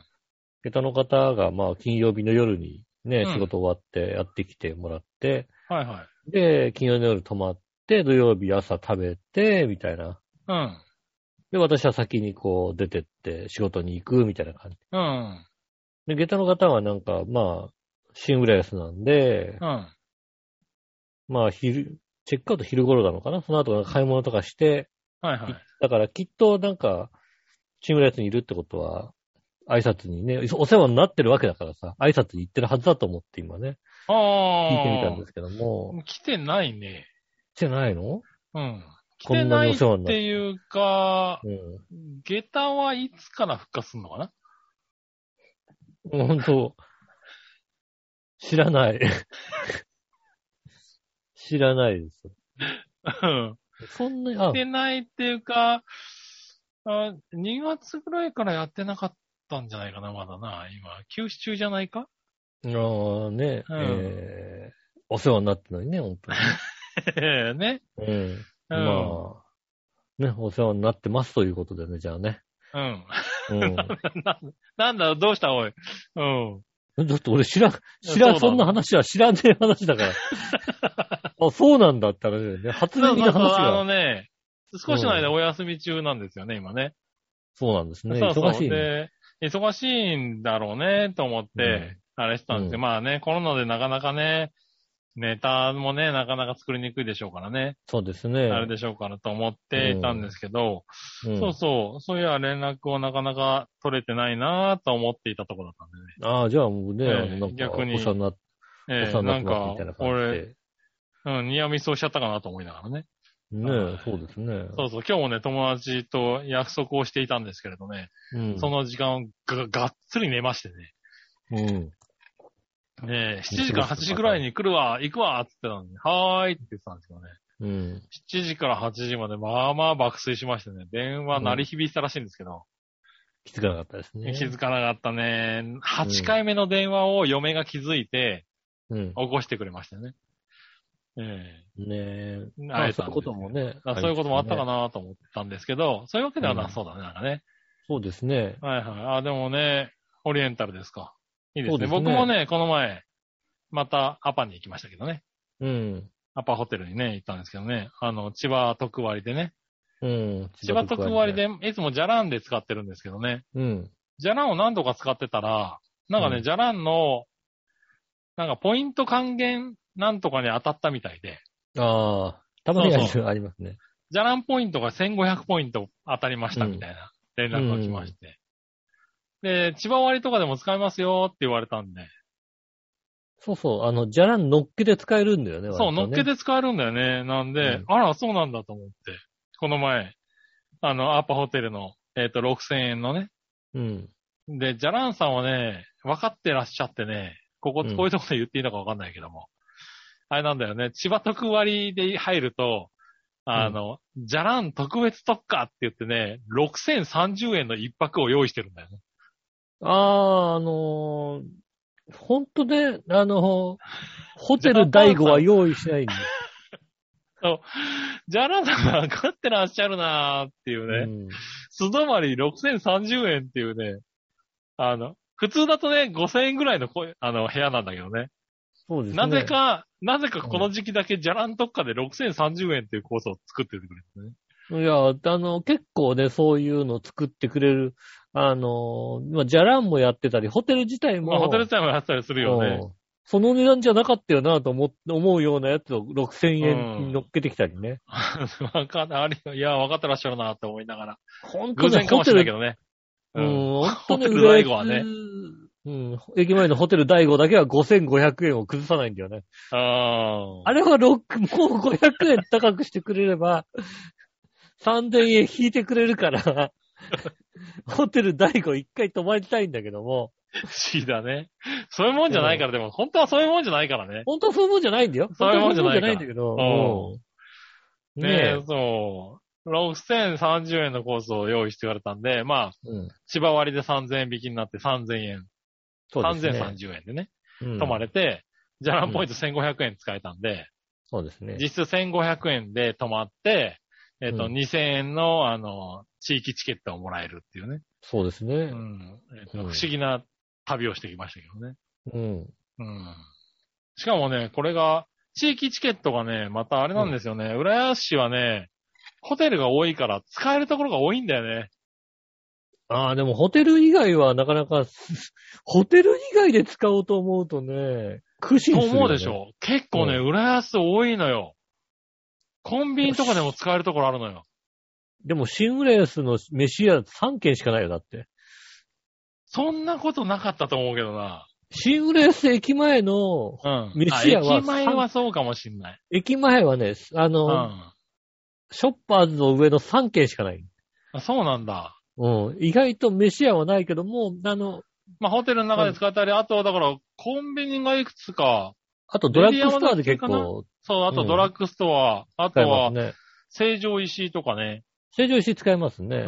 下駄の方が、まあ、金曜日の夜にね、
うん
仕事終わってやってきてもらって、
はいはい。
で、金曜の夜泊まって、土曜日朝食べて、みたいな。
うん。
で、私は先にこう出てって仕事に行くみたいな感じ。
うん。
で、下駄の方はなんか、まあ、新浦安なんで、
うん。
まあ、昼、チェックアウト昼頃なのかなその後なんか買い物とかして、
はいはい。
だからきっとなんか、新浦安にいるってことは、挨拶にね、お世話になってるわけだからさ、挨拶に行ってるはずだと思って今ね、聞いてみた
あ
んですけども、
あ。来てないね。
来てないの
うん。来
こ
て
んな
な
に
い
お
っ
世話になって
ていうか、
うん。
下駄はいつから復活するのかな
本当知ら [LAUGHS] ない。知らないです。
うん。
そんなに、あ
来、てないっていうか、あ2月ぐらいからやってなかったんじゃないかな、まだな。今、休止中じゃないか [LAUGHS]
ああね、
うん
えーお世話になってないね、本
ね。
当に。うん。
うん。
まあ、ね、お世話になってますということでね、じゃあね。
うん。
[LAUGHS] うん。
[LAUGHS] なんだ、どうした、おい。うん。
だって俺知らん、知らん、
そ
そ
うなの
んな話は知らねえ話だ [LAUGHS] から。あ、そうなんだって話だよね。初
そう
耳
そう
の
そう、
話
あ
が。
のね、少しの間お休み中なんですよね、今ね。
そうなんですね。
そうそう
忙しいね。
で、忙しいんだろうね、と思って、あれしてたんです
う
よ。
ん
まあね、コロナでなかなかね、ネタもね、なかなか作りにくいでしょうからね。
そうですね。
あれでしょうからと思っていたんですけど、
うん
そうそう、そういや連絡をなかなか取れてないなぁと思っていたところだったん
ああ、じゃあもうね、
ええ
あのなんか、
逆に
お世話になって、
で
お
ね。
世
ええ
話になっ
な
て
ん
ます
か
みたいな、感じ
俺、
で。
うん、ニアミスをしちゃったかなと思いながらね。
ねえ、そうですね。
そうそう、今日もね、友達と約束をしていたんですけれどね、
うん。
その時間をががっつり寝ましてね。
うん。
ねえ、7時から8時くらいに来るわ、行くわ、って言ってたのに、はーいって言ってたんですけどね。
うん。
7時から8時まで、まあまあ爆睡しましてね、電話鳴り響いてたらしいんですけど、
気づかなかったですね。
気づかなかったね。8回目の電話を嫁が気づいて、
うん。
起こしてくれましたよね。え
ねえ。
え
まあ
会え
そう
た
い
ん
う
で
こともね。
だからそういうこともあったか
な。
なと思ったんですけど、そういうわけではなそうだね、なんかね。
そうですね。
はいはい。あ、でもね、オリエンタルですか。いいで
そ
すね。
うです
僕
ね
もね、この前、またアパに行きましたけどね。
うん。
アパホテルにね、行ったんですけどね。あの、千葉特割でね。
うん。
千葉特割。で、いつもジャランで使ってるんですけどね。
うん。
ジャランを何度か使ってたら、なんかね、
うん
ジャランの、なんかポイント還元なんとかに当たったみたいで、
ああ、たまにあ
そうそ
るありますね。
ジャランポイントが1500ポイント当たりましたみたいな連絡が来まして。で、千葉割とかでも使えますよって言われたんで、
そうそう。あの、じゃらん乗っけで使えるんだよね。
そう、乗っけ
で。
て使えるんだよね。なんで、
うん
あら、そうなんだと思って、この前、あの、アパホテルの、えっ、と、6000円のね、
うん。
で、ジャランさんはね、分かってらっしゃってね、こ
う
こ、こうんいうとこで言っていいのか分かんないけども。あれなんだよね、千葉特割で入ると、あの、じゃらん特別特価って言ってね、6030円の一泊を用意してるんだよね。
ああ、あのー、ほんとね、あのー、ホテル第5は用意しないんだよ
じゃらんさん分かってらっしゃるなーっていう [LAUGHS] ね、
うん
素泊まり6030円っていうね、あの、普通だとね、5000円ぐらいのこうあの部屋なんだけどね。
そうですね。
なぜ、か、なぜかこの時期だけじゃらん特価で6030円っていうコースを作っててくれるんですね。
いや、あの、結構ね、そういうの作ってくれる、あの、まあ、じゃらんもやってたり、ホテル自体も、
まあ、ホテル自体もやってたりするよね。
うんその値段じゃなかったよなと思思うようなやつを6000円に乗っけてきたりね。
[LAUGHS] わかんないあるよ。いや、分かってらっしゃるなって思いながら。
本当
偶
ね、
然か
ホ
もし
テ
れないけ
ル、
どね。
う、
うんん。
本当ね
ホテル第五はね
浦安うん、駅前のホテル第5だけは5500円を崩さないんだよね。
あ
あれは6、もう500円高くしてくれれ
[LAUGHS]
ば、3000円引いてくれる
[LAUGHS]
から、ホテル第5一回泊まりたいんだけども、
あ、不思議だね。そういうもんじゃないから、でも、本当はそういうもんじゃないからね。
本当はそういうもんじゃないんだよ。
そういうもんじゃな
本
いか
当は
ら
そういうもんじゃないんだけど、うんねえ
うんねえ、そ6030円のコースを用意してくれたんで、まあ、
うん。
千葉割で3000円引きになって3000円、
そうですね。
3030円でね、
うん
泊まれて、じゃランポイント1500円使えたんで、
そうですね。
実質1500円で泊まって、えっ、と、
うん
2000円の、あの、地域チケットをもらえるっていうね。
そうです
う
ね。
ん。えっと
うん
不思議な旅をしてきましたけどね。
うん。
うん。しかもね、これが、地域チケットがね、またあれなんですよね。浦安市はね、ホテルが多いから使えるところが多いんだよね。
ああ、でもホテル以外はなかなか、 [LAUGHS] ホテル以外で使おうと思うとね、苦心
と
する、ね。
思うでしょ。結構ね、
う
浦安多いのよ。コンビニとかでも使えるところあるのよ。
でもシングレースの飯屋3軒しかないよ、だって。
そんなことなかったと思うけどな。
シングレース駅前の、
うん。
飯屋は
あ駅前はそうかもしんない。
駅前はね、あ
う
の、
ん。
ショッパーズの上の3軒しかない。
あそうなんだ。
うん。意外と飯屋はないけども、あの、
まあ、ホテルの中で使ったり、あと、だから、コンビニがいくつか、
あとドラッグストアで結構
そう、あ
う
と
ん
ドラッグストア、あと
使えま
は
す、ね。
成城石井とかね、
成城石井使えますね。
うん。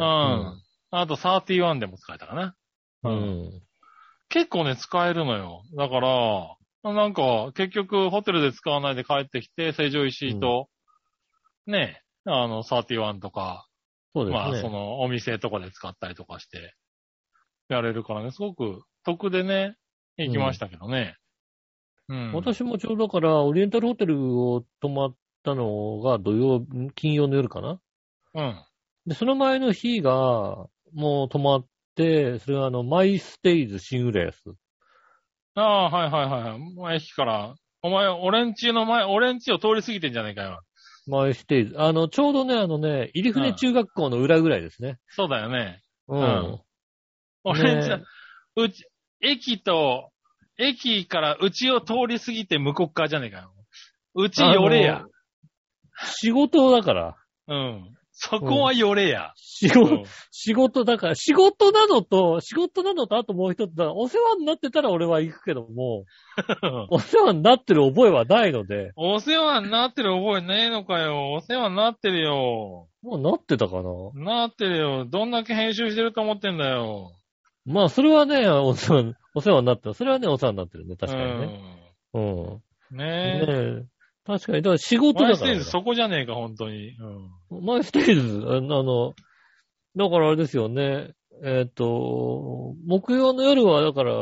あと31でも使えたかな。
うん。う
うん
ん。
結構ね、使えるのよ。だから、なんか、結局、ホテルで使わないで帰ってきて、成城石井と、ね、あの、31とか、
そうですね。
まあ、その、お店とかで使ったりとかして、やれるからね、すごく、得でね、行きましたけどね。うん。
私もちょうどだから、オリエンタルホテルを泊まったのが土曜、金曜の夜かな。
うん。
で、その前の日が、もう泊まって、それはあの、マイステイズシングレース。
ああ、はいはいはい。もう駅から、お前、俺んちの前、俺んちを通り過ぎてんじゃねえかよ。
マイステイズ。あの、ちょうどね、あのね、入船中学校の裏ぐらいですね。
そうだよね。
うんん。
俺んち、
ね
うち、駅と、駅からうちを通り過ぎて向こう側じゃねえかよ。うち寄れ
あ
や
の。。仕事だから。
うん。そこは寄れや。
仕
う
事、
ん
仕事だから、仕事なのと、仕事なのと、あともう一つだ、お世話になってたら俺は行くけど
[LAUGHS]
も、お世話になってる覚えはないので、
お世話になってる覚えねえのかよ。お世話になってるよ。
もうなってたかな。
なってるよ。どんだけ編集してると思ってんだよ。
まあ、それはね、お世話、お世話になってる。それはね、お世話になってるね、確かにね。うん。
うん。
ね
ねえ。
え。確かに、だから仕事
マイ
だ
ス
か
テ
ら
ージ。そこじゃねえか、本当に。うん。
マイステージ、あの、あのだからあれですよね。えっ、と、木曜の夜は、だから、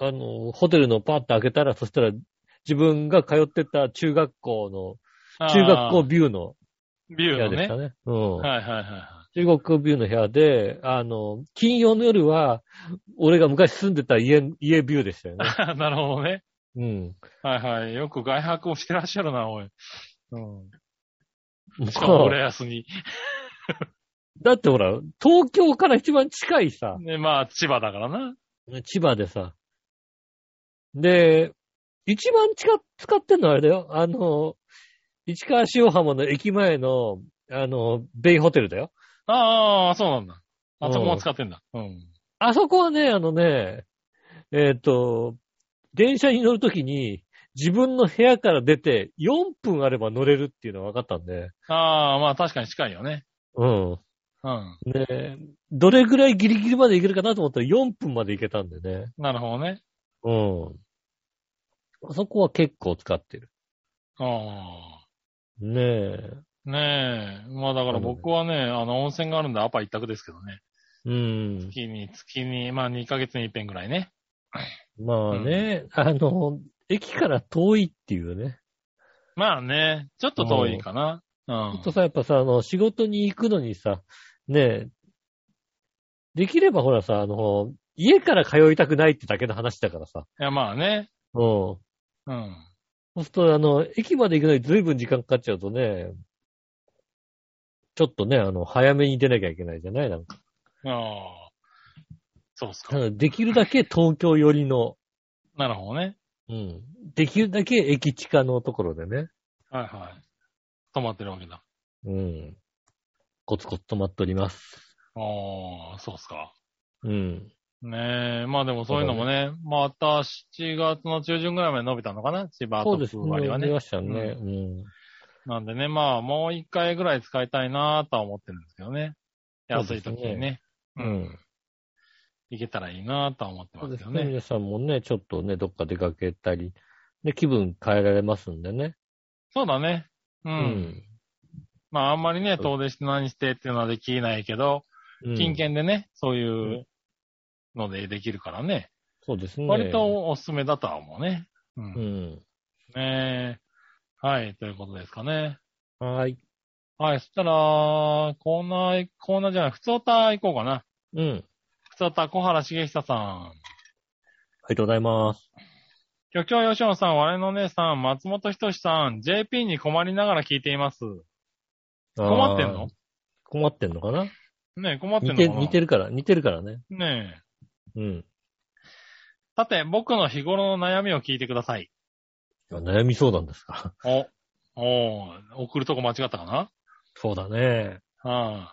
あの、ホテルのパッと開けたら、そしたら、自分が通ってた中学校の、中学校
校
ビューの
ビュ
部
ー
屋
の
でし
ね。
た
はい
ね。うん。
はいはいは
中国ビューの部屋で、あの、金曜の夜は、俺が昔住んでた家、家ビューでしたよね。
い。 [LAUGHS] なるほどね。
うん。
はいはい。よく外泊をしてらっしゃるな、おい。うん。
もう
しかも浦安に。
だってほら、東京から一番近いさ、
ね、まあ、千葉だからな。
千葉でさ。で、一番近使ってんのはあれだよ。あの、市川塩浜の駅前の、あの、ベイホテルだよ。
ああ、そうなんだ。あそこも使ってんだ。うん。
あそこはね、あのね、えっ、と、電車に乗るときに、自分の部屋から出て4分あれば乗れるっていうのは分かったんで、
ああ、まあ確かに近いよね。
うん。
うん。
ねどれぐらいギリギリまで行けるかなと思ったら4分まで行けたんでね。
なるほどね。
うん。あそこは結構使ってる。
あ
ねえ。
あ。ねえ。まあだから僕はね、あの、温泉があるんでアパ一択ですけどね。
うん。
月に、月に、まあ2ヶ月に一遍ぐらいね。
まあね、あの、駅から遠いっていうね。
まあね、ちょっと遠いかな。うん。
ちょっとさ、やっぱさ、あの、仕事に行くのにさ、ねえ、できればほらさ、あの、家から通いたくないってだけの話だからさ。
いや、まあね。
うん。そ
うん。
うすると、あの、駅まで行くのに随分時間かかっちゃうとね、ちょっとね、あの、早めに出なきゃいけないじゃないなんか。
ああ。そうっす
だか
か。
らできるだけ東京寄りの、
なるほどね。
うん。できるだけ駅地下のところでね。
はいはい。止まってるわけだ。
うん。コツコツ止まっております。
ああ、そうっすか。
うん。
ねえ、まあでもそういうのもね、また7月の中旬ぐらいまで伸びたのかな千葉
そう
と
です
割は
ね。り
ね。ね
ましたね。うん。
なんでね、まあ、もう一回ぐらい使いたいなとは思ってるんですけどね。安い時
そうで
に
す
ね。う。
うんん。
行けたらいいなとは思って
そ
ま
うです
すけど
ね。
ね。
皆さんもね、ちょっとね、どっか出かけたり、で、気分変えられますんでね。
そうだね。う。。
うん
まあ、あんまりね、遠出して何してっていうのはできないけど、
うん
金券でね、そういうのでできるからね。
そうですね。
割、とおすすめだとは思うね。うん
う。ん。
ねえ。はい、ということですかね。
はい。
はい、そしたら、コーナー、コーナーじゃない、普通歌行こうかな。
うん。
普通歌、小原茂久さん。
ありがとうございます。
局長吉野さん、我のお姉さん、松本人志さん、JP に困りながら聞いています。困ってん
あ
の
ー困ってんのかな
ねえ、困ってんの
似
か
て
な
似てるから、似てるからね。
ねえ。
うん。
さて、僕の日頃の悩みを聞いてください。
悩み相談ですか。
お、おー送るとこ間違ったかな
そうだね。
ああ。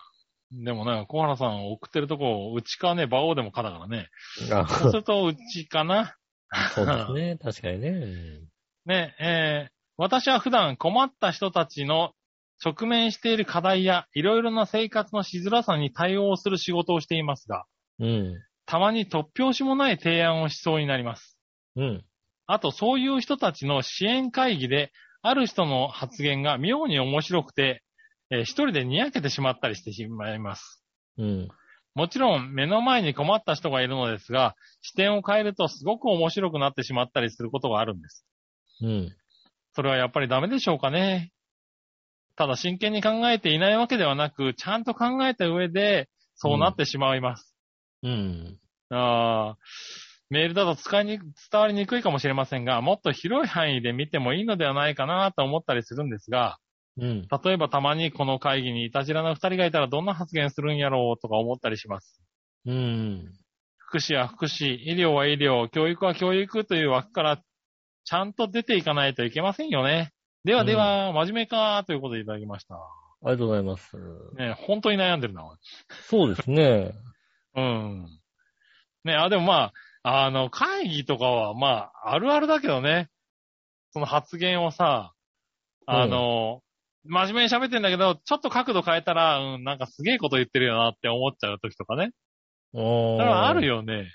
でもね、小原さん送ってるとこ、うちかね、馬王でもかだからね。
あ
そうすると、うちかな。
そうです [LAUGHS] ね。確かにね。うん
ね、えー私は普段困った人たちの直面している課題や、いろいろな生活のしづらさに対応する仕事をしていますが、
うん。
たまに突拍子もない提案をしそうになります。
うん。
あと、そういう人たちの支援会議で、ある人の発言が妙に面白くて、えー一人でにやけてしまったりしてしまいます。
うん。
もちろん、目の前に困った人がいるのですが、視点を変えるとすごく面白くなってしまったりすることがあるんです。
うん。
それはやっぱりダメでしょうかね。ただ真剣に考えていないわけではなく、ちゃんと考えた上で、そうなってしまいます。
うん。
あーメールだと使いに、伝わりにくいかもしれませんが、もっと広い範囲で見てもいいのではないかなと思ったりするんですが、
うん。
例えばたまにこの会議にいたじらの二人がいたらどんな発言するんやろうとか思ったりします。
うん。
福祉は福祉、医療は医療、教育は教育という枠からちゃんと出ていかないといけませんよね。ではでは、真面目かということでいただきました。
ありがとうございます。
ね、本当に悩んでるな。
そうですね。
うん。ね、あ、でもまあ、あの、会議とかは、まあ、あるあるだけどね。その発言をさ、あの、真面目に喋ってんだけど、ちょっと角度変えたら、うん、なんかすげえこと言ってるよなって思っちゃう時とかね。
あ
そ
ー
れはあるよね。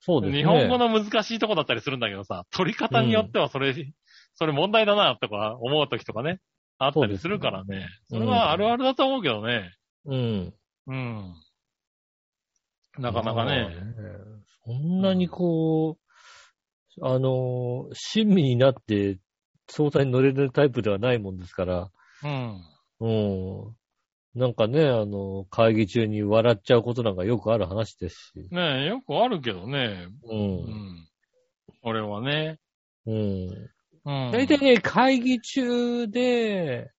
そうですね。
日本語の難しいとこだったりするんだけどさ、取り方によってはそれ、それ問題だなとか思うときとかね、あったりするからね。そ
そうですね
れはあるあるだと思うけどね。
うん。
うん。なかなか
まあ。
ね。
そんなにこう、あの、親身になって相談に乗れるタイプではないもんですから、
うん。
うん。なんかね、あの、会議中に笑っちゃうことなんかよくある話ですし。
ねえ、よくあるけどね。
う。
うんん。俺はね。
うん。
うん。
大体ね、会議中で、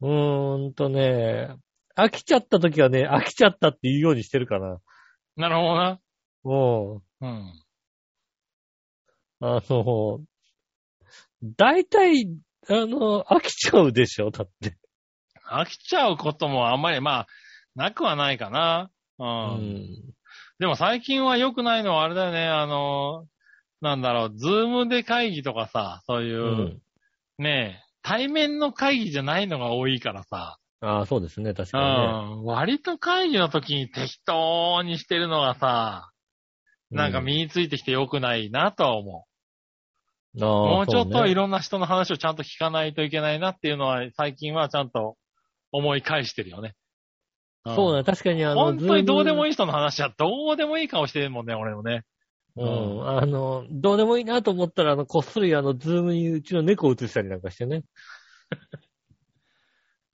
うーんとね、飽きちゃった時はね、飽きちゃったって言うようにしてるかな。
なるほどな。
うん。
うん。
あの、大体、あの、飽きちゃうでしょだって。
飽きちゃうこともあんまり、まあ、なくはないかな。
う
うん
ん。
でも最近は良くないのはあれだよね、あの、なんだろう、ズームで会議とかさ、そういうう、
ん。
ねえ、対面の会議じゃないのが多いからさ、
ああ、そうですね。確
う
かにね。
ん、割と会議の時に適当にしてるのがさ、なんか身についてきて良くないなとは思
ああ、
う。もうちょっ
そ
と
ね
いろんな人の話をちゃんと聞かないといけないなっていうのは、最近はちゃんと思い返してるよね。ん
そうね。確かにあの、
本当にどうでも
いい。
いい人の話はどうでもいい顔してるもんね、俺もね。
うん。あの、どうでもいいなと思ったら、あの、こっそりあの、ズームにうちの猫を映したりなんかしてね。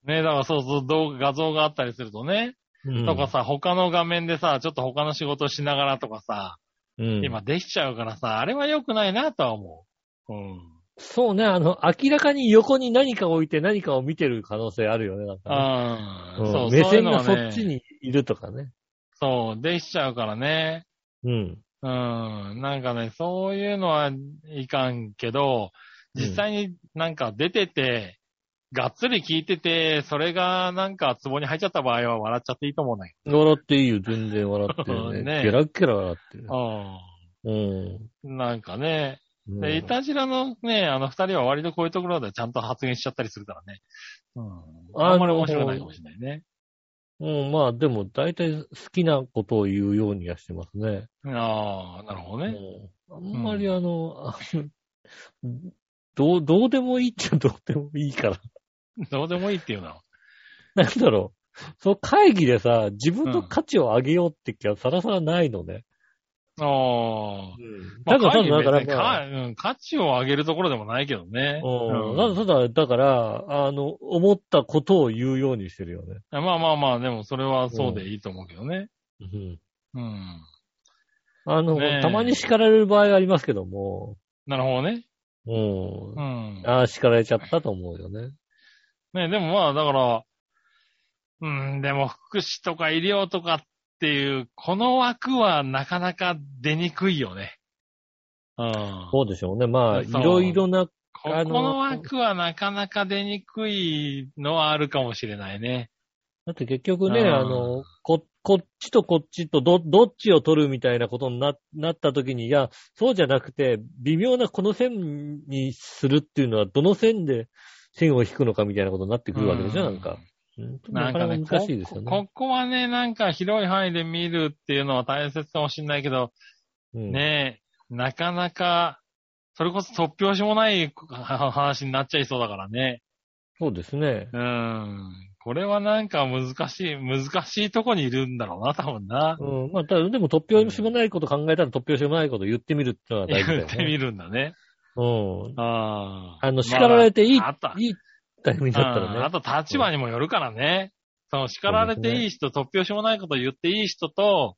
ねだからそうそう、動画、画像があったりするとね、
うん。
とかさ、他の画面でさ、ちょっと他の仕事をしながらとかさ、
うん。
今できちゃうからさ、あれは良くないなとは思う。うん。
そうね。あの、明らかに横に何か置いて何かを見てる可能性あるよね。なんかね
ああ、
うん
そ
目
う、そういう
線
の
が
は
そっち
ね、
にいるとかね。
そう、できちゃうからね。
うん。
うん。なんかね、そういうのはいかんけど、実際になんか出てて、がっつり聞いてて、それがなんかツボに入っちゃった場合は笑っちゃっていいと思うね。
笑っていいよ。全然笑ってるね。
[LAUGHS] ね
ゲラッゲラ笑ってる。
うん。
うん。
なんかね、
うん
で、いたじらのね、あの二人は割とこういうところでちゃんと発言しちゃったりするからね。うん。
あ
あんまり面白くないかもしれないね。
うん、まあでも大体好きなことを言うようにはしてますね。
ああ、なるほどね。
うんあんまりあの、あのどう、どうでもいいっちゃ [LAUGHS] どうでもいいから。
どうでもいいっていうな。
なんだろう。その会議でさ、自分の価値を上げようって気はさらさらないのね。
ああ。ま
だから多
あ会議
分だから、
別に
まあ
かうん価値を上げるところでもないけどね。
うん
うん
ただ、だから、あの、思ったことを言うようにしてるよね。
まあまあまあ、でもそれはそうでいいと思うけどね。
うん。
うん。
あの、
ねえ
たまに叱られる場合がありますけども、
なるほどね。
う。
うんん。
ああ、叱られちゃったと思うよね。
ね、でもまあ、だから、うん、でも福祉とか医療とかっていう、この枠はなかなか出にくいよね。うん。
そうでしょうね。まあ、い
そう
ろいろな、
こ
あの
この枠はなかなか出にくいのはあるかもしれないね。
だって結局ね、
うん
あの、こ、こっちとこっちとど、どっちを取るみたいなことにな、なった時に、いや、そうじゃなくて、微妙なこの線にするっていうのは、どの線で線を引くのかみたいなことになってくるわけでしょ、
う
なんんか。うんな
な
んか
か
なか
ね、
難しいですよね。
こここはね、なんか広い範囲で見るっていうのは大切かもしれないけど、
うん
ねえ、なかなか、それこそ突拍子もない [LAUGHS] は話になっちゃいそうだからね。
そうですね。
うん。これはなんか難しい、難しいとこにいるんだろうな、多分な。
うん。まあ、ただ、でも突拍子もないこと考えたら突拍子もないことを言ってみるってのは大事だよ
[LAUGHS] 言
ね。
ってみるんだね。
うん。
あ
あの、叱られていい、
あった。
いいタイミングだったらね。
うんあと立場にもよるからね。その叱られていい人、突拍子もないこと言っていい人と、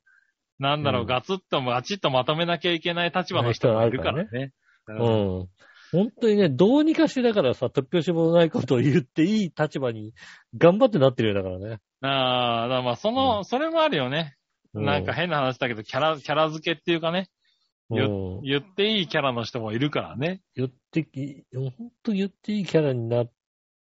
なんだろう、
うん
ガツッとガチッとまとめなきゃいけない立場の人もいるからね。うん
うん。本当にね、どうにかしてだからさ、突拍子もないことを言っていい立場に頑張ってなってるようだからね。
ああ、だからまあその、
う
それもあるよね。なんか変な話だけど、キャラ、キャラ付けっていうかね、
うん、うん
言っていいキャラの人もいるからね。
言ってき、本当言っていいキャラになっ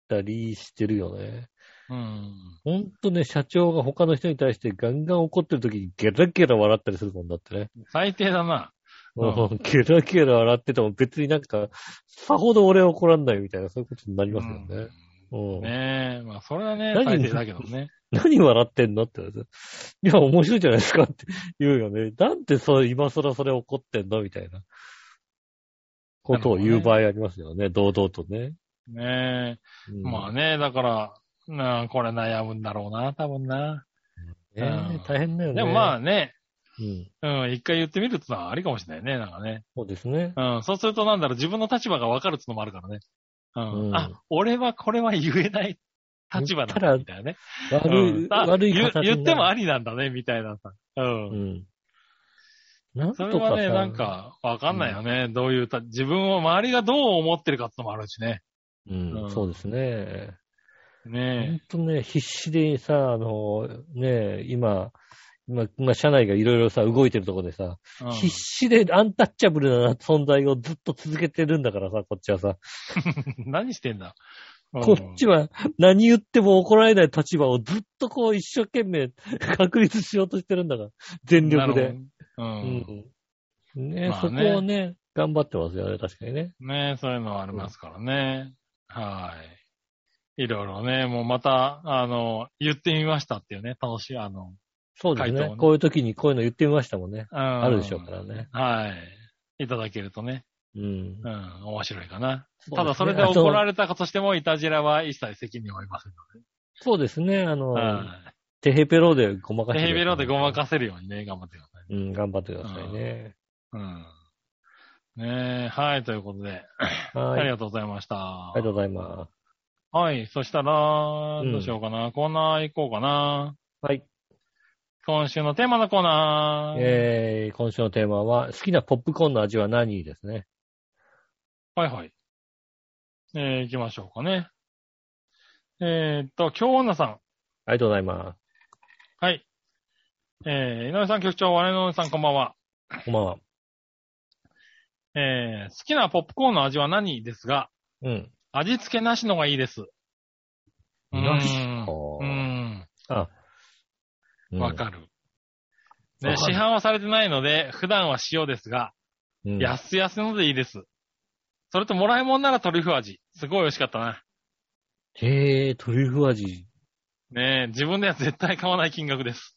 たりしてるよね。
うん。
本当ね、社長が他の人に対してガンガン怒ってる時にゲラゲラ笑ったりするもんだってね。
最低だな。うん
うんゲラゲラ笑ってても別になんか、さほど俺は怒らんないみたいな、そういうことになりますよね。うん
うんねえ、まあそれはね、
何
最低だけどね。
[LAUGHS] 何笑ってんのって言われて。いや、面白いじゃないですかって言うよね。なんでそう、今更それ怒ってんのみたいな。ことを言う場合ありますよね。堂々とね。
ね
うん
え。まあね、だから、なあこれ悩むんだろうな、多分な。
ねえ大変だよね。
でもまあね、
うん
うん、一回言ってみるってのはありかもしれないね、なんかね。
そうですね。
うん、そうするとなんだろう、自分の立場がわかるってのもあるからね。うん。
うん
あ、俺はこれは言えない立場なんだ、みたいなね。
悪い、
うんあ
悪い
言う
形
言ってもあ
り。
りなんだね、みたいなさ。うん。
うん。なんとか
それはね、
さ
なん、か、わかんないよね。どういうた、自分を周りがどう思ってるかってのもあるしね。
うん
う、ん
そうですね。ほん
ね
とね、必死でさ、あの、ねえ、今、今、今、社内がいろいろさ、動いてるところでさ、
え。うん
必死でアンタッチャブルな存在をずっと続けてるんだからさ、こっちはさ。
[LAUGHS] 何してんだ
こっちは何言っても怒られない立場をずっとこう一生懸命 [LAUGHS] 確立しようとしてるんだから。全力
な
で。
るほどう。
うんん。ね、
まあ
そこ
ね
をね、頑張ってますよね、確かにね。
ねそういうのはありますからね。はい。いろいろね、もうまた、あの、言ってみましたっていうね、楽しい、あの、
そうです
回
ね
答をね
こういう時にこういうの言ってみましたもんね。
あ
あるでしょうからね。
はい。いただけるとね、
うん
う。ん、面白いかな。
そうですね
ただそれで
あと
怒られたとしても、いたじらは一切責任を負いません
そうですね、あの
ので。、はい。
テヘペロでごまかして
ヘ
ください。
ビロでごまかせるようにね、頑張ってください。
うん、頑張ってくださいね。
うん。ねえ、はい、ということで、あ
はい。あ
り
り
がとうございました。
がとうございます。
はい、そしたら、
うん
どうしようかな、コーナー行こうかな。
はい。
今週のテーマのコーナー。
えー、今週のテーマは、好きなポップコーンの味は何ですね。
はいはい。えー、行きましょうかね。えーっと、京女さん。
ありがとうございま
はい。えー、井上さん局長、我々の井上さんこんばんは。
す。こんばんは。
えー、好きなポップコーンの味は何ですが、
うん。
味付けなしのがいいです。うーん
なしか
う
あ、
ん。わ
る。
かる。
わ
ね、
か
市
る
販はされてないので、普段は塩ですが、
うん
安々のでいいです。それともらいもんならトリュフ味。すごい美味しかったな。
へえ、トリュフ味。
ねえ、自分では絶対買わない金額です。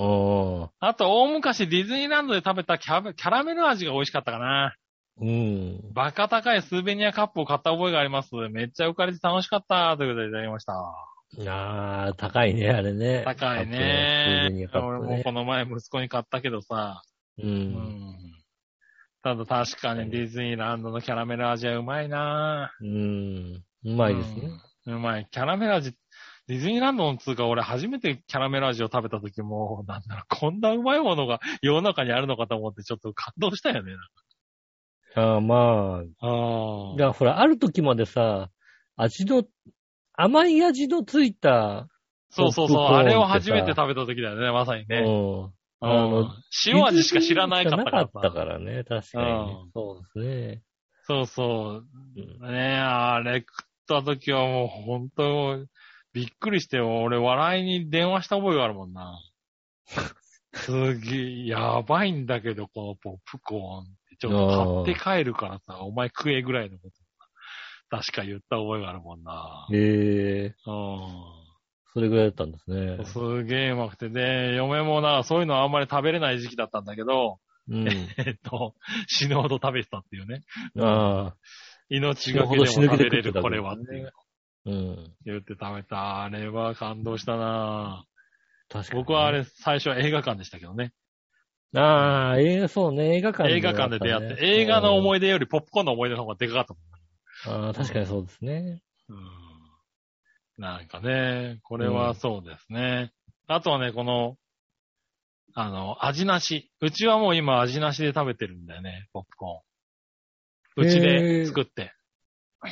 ああ、
あと、大昔ディズニーランドで食べたキャブキャラメル味が美味しかったかな。
うん。
バカ高いスーベニアカップを買った覚えがあります。めっちゃ浮かれて楽しかった。ということでいただきました。
ああ、高いね、あれね。
高いね。
カップ
俺
のスーベ
も
ニアカ
こ
ップね
の前息子に買ったけどさ。
う。
うんん。ただ確かにディズニーランドのキャラメル味はうまいな
うん。う
う
まいですね。
ん。うまい。キャラメル味、ディズニーランドのつうか、俺初めてキャラメル味を食べた時も、なんだろう、こんなうまいものが世の中にあるのかと思ってちょっと感動したよね。
ああ、まあ。
ああ。
だからほら、ある時までさ、味の、甘い味のついた、
そうそうそう。
ポップコーン
あれを初めて食べた時だよね、まさにね。
うん。
うん
あの
塩味しか知らないかったか
な
ら
かった
さ。
からね、確かにね、そうですね。
そうそうう。ねえ、あれ食った時はもう本当もうびっくりして、俺笑いに電話した覚えがあるもん [LAUGHS] な。すげえ、やばいんだけど、このポップコーンって。ちょっと買って帰るからさ、お前食えぐらいのこと。確か言った覚えがあるもんな。
ん。ええ
うん。
それぐらいだったんですね。
すげえうまくて。で、嫁もな、そういうのはあんまり食べれない時期だったんだけど、 [LAUGHS]
うん。
えっと、死ぬほど食べてたっていうね。
ああ。
命がけでも食べれる、これはっていう
うん。
言って食べた。あれは感動したな
確かに。
僕はあ。れ、最初は映画館でしたけどね。
ああ、映画、そうね、映画館で、
映画館で出会って、映画の思
い。
い出よりポップコーンの思い出の方がでかかったも
ああ、確かにそうですね。
ん。うんなんかね、これはそうですね。あとはね、この、あの、味なし。うちはもう今味なしで食べてるんだよね、ポップコーン。うちで作って。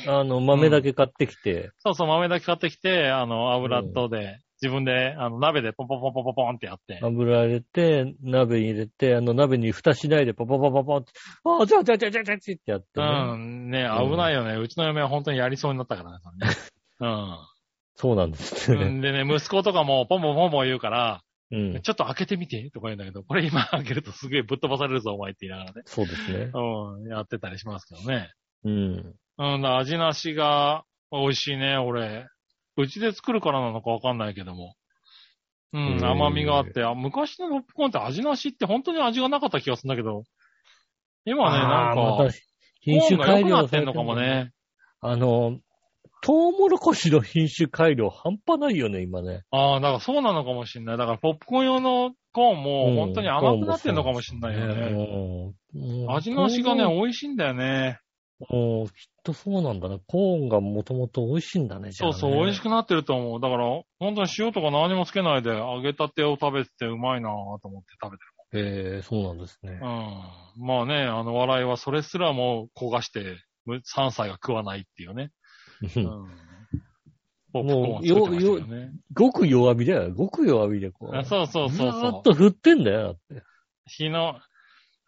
あの、豆だけ買ってきて。
そうそう、豆だけ買ってきて、あの、油とで、自分で、あの、鍋でポンポンポンポンポンポンってやって。
油入れて、鍋に入れて、あの、鍋に蓋しないで、ポポポポポンって、ああ、じゃあじゃあじゃあじゃあじゃあってやって、
う
ね。
ん、ね、
うん
危ないよね。うちの嫁は本当にやりそうになったからね、
[LAUGHS]
それね
そうなんです
う
ね。
ん。でね、息子とかもポンポンポンポン言うから、
うん。
ちょっと開けてみてとか言うんだけど、これ今開けるとすげえぶっ飛ばされるぞ、お前って言いながらね。
そうですね。
うん、やってたりしますけどね。
うん。
うん、だから味なしが美味しいね、俺。うちで作るからなのかわかんないけども。う
へ
ん、
ー
甘みがあって、あ昔のポップコーンって味なしって本当に味がなかった気がするんだけど、今ね、なん
あーま
か、
た品種改
コーンが良くな
良
ってんのかも
されてる。
ね。
あの、トウモロコシの品種改良半端ないよね、今ね。
ああ、だからそうなのかもしんない。だからポップコーン用のコーンも本当に甘くなってんのかもしんないよね。
うん
味のしがね、
トウモ
美味しいんだよね。
うんきっとそうなんだな。コーンがもともと美味しいんだね、じゃ
そ
あ、
う
ね。
そう、美味しくなってると思う。だから、本当に塩とか何もつけないで揚げたてを食べててうまいなぁと思って食べてる
えー、そうなんですね。
うんまあね、あの笑いはそれすらも焦がして、む3歳が食わないっていうね。うポップコーンを作ってましたよね。
ごく弱火だよ。ごく弱火でこう。
あそうそうそう
ずー
そ
っ
う。
と振ってんだよ、だって。
火の、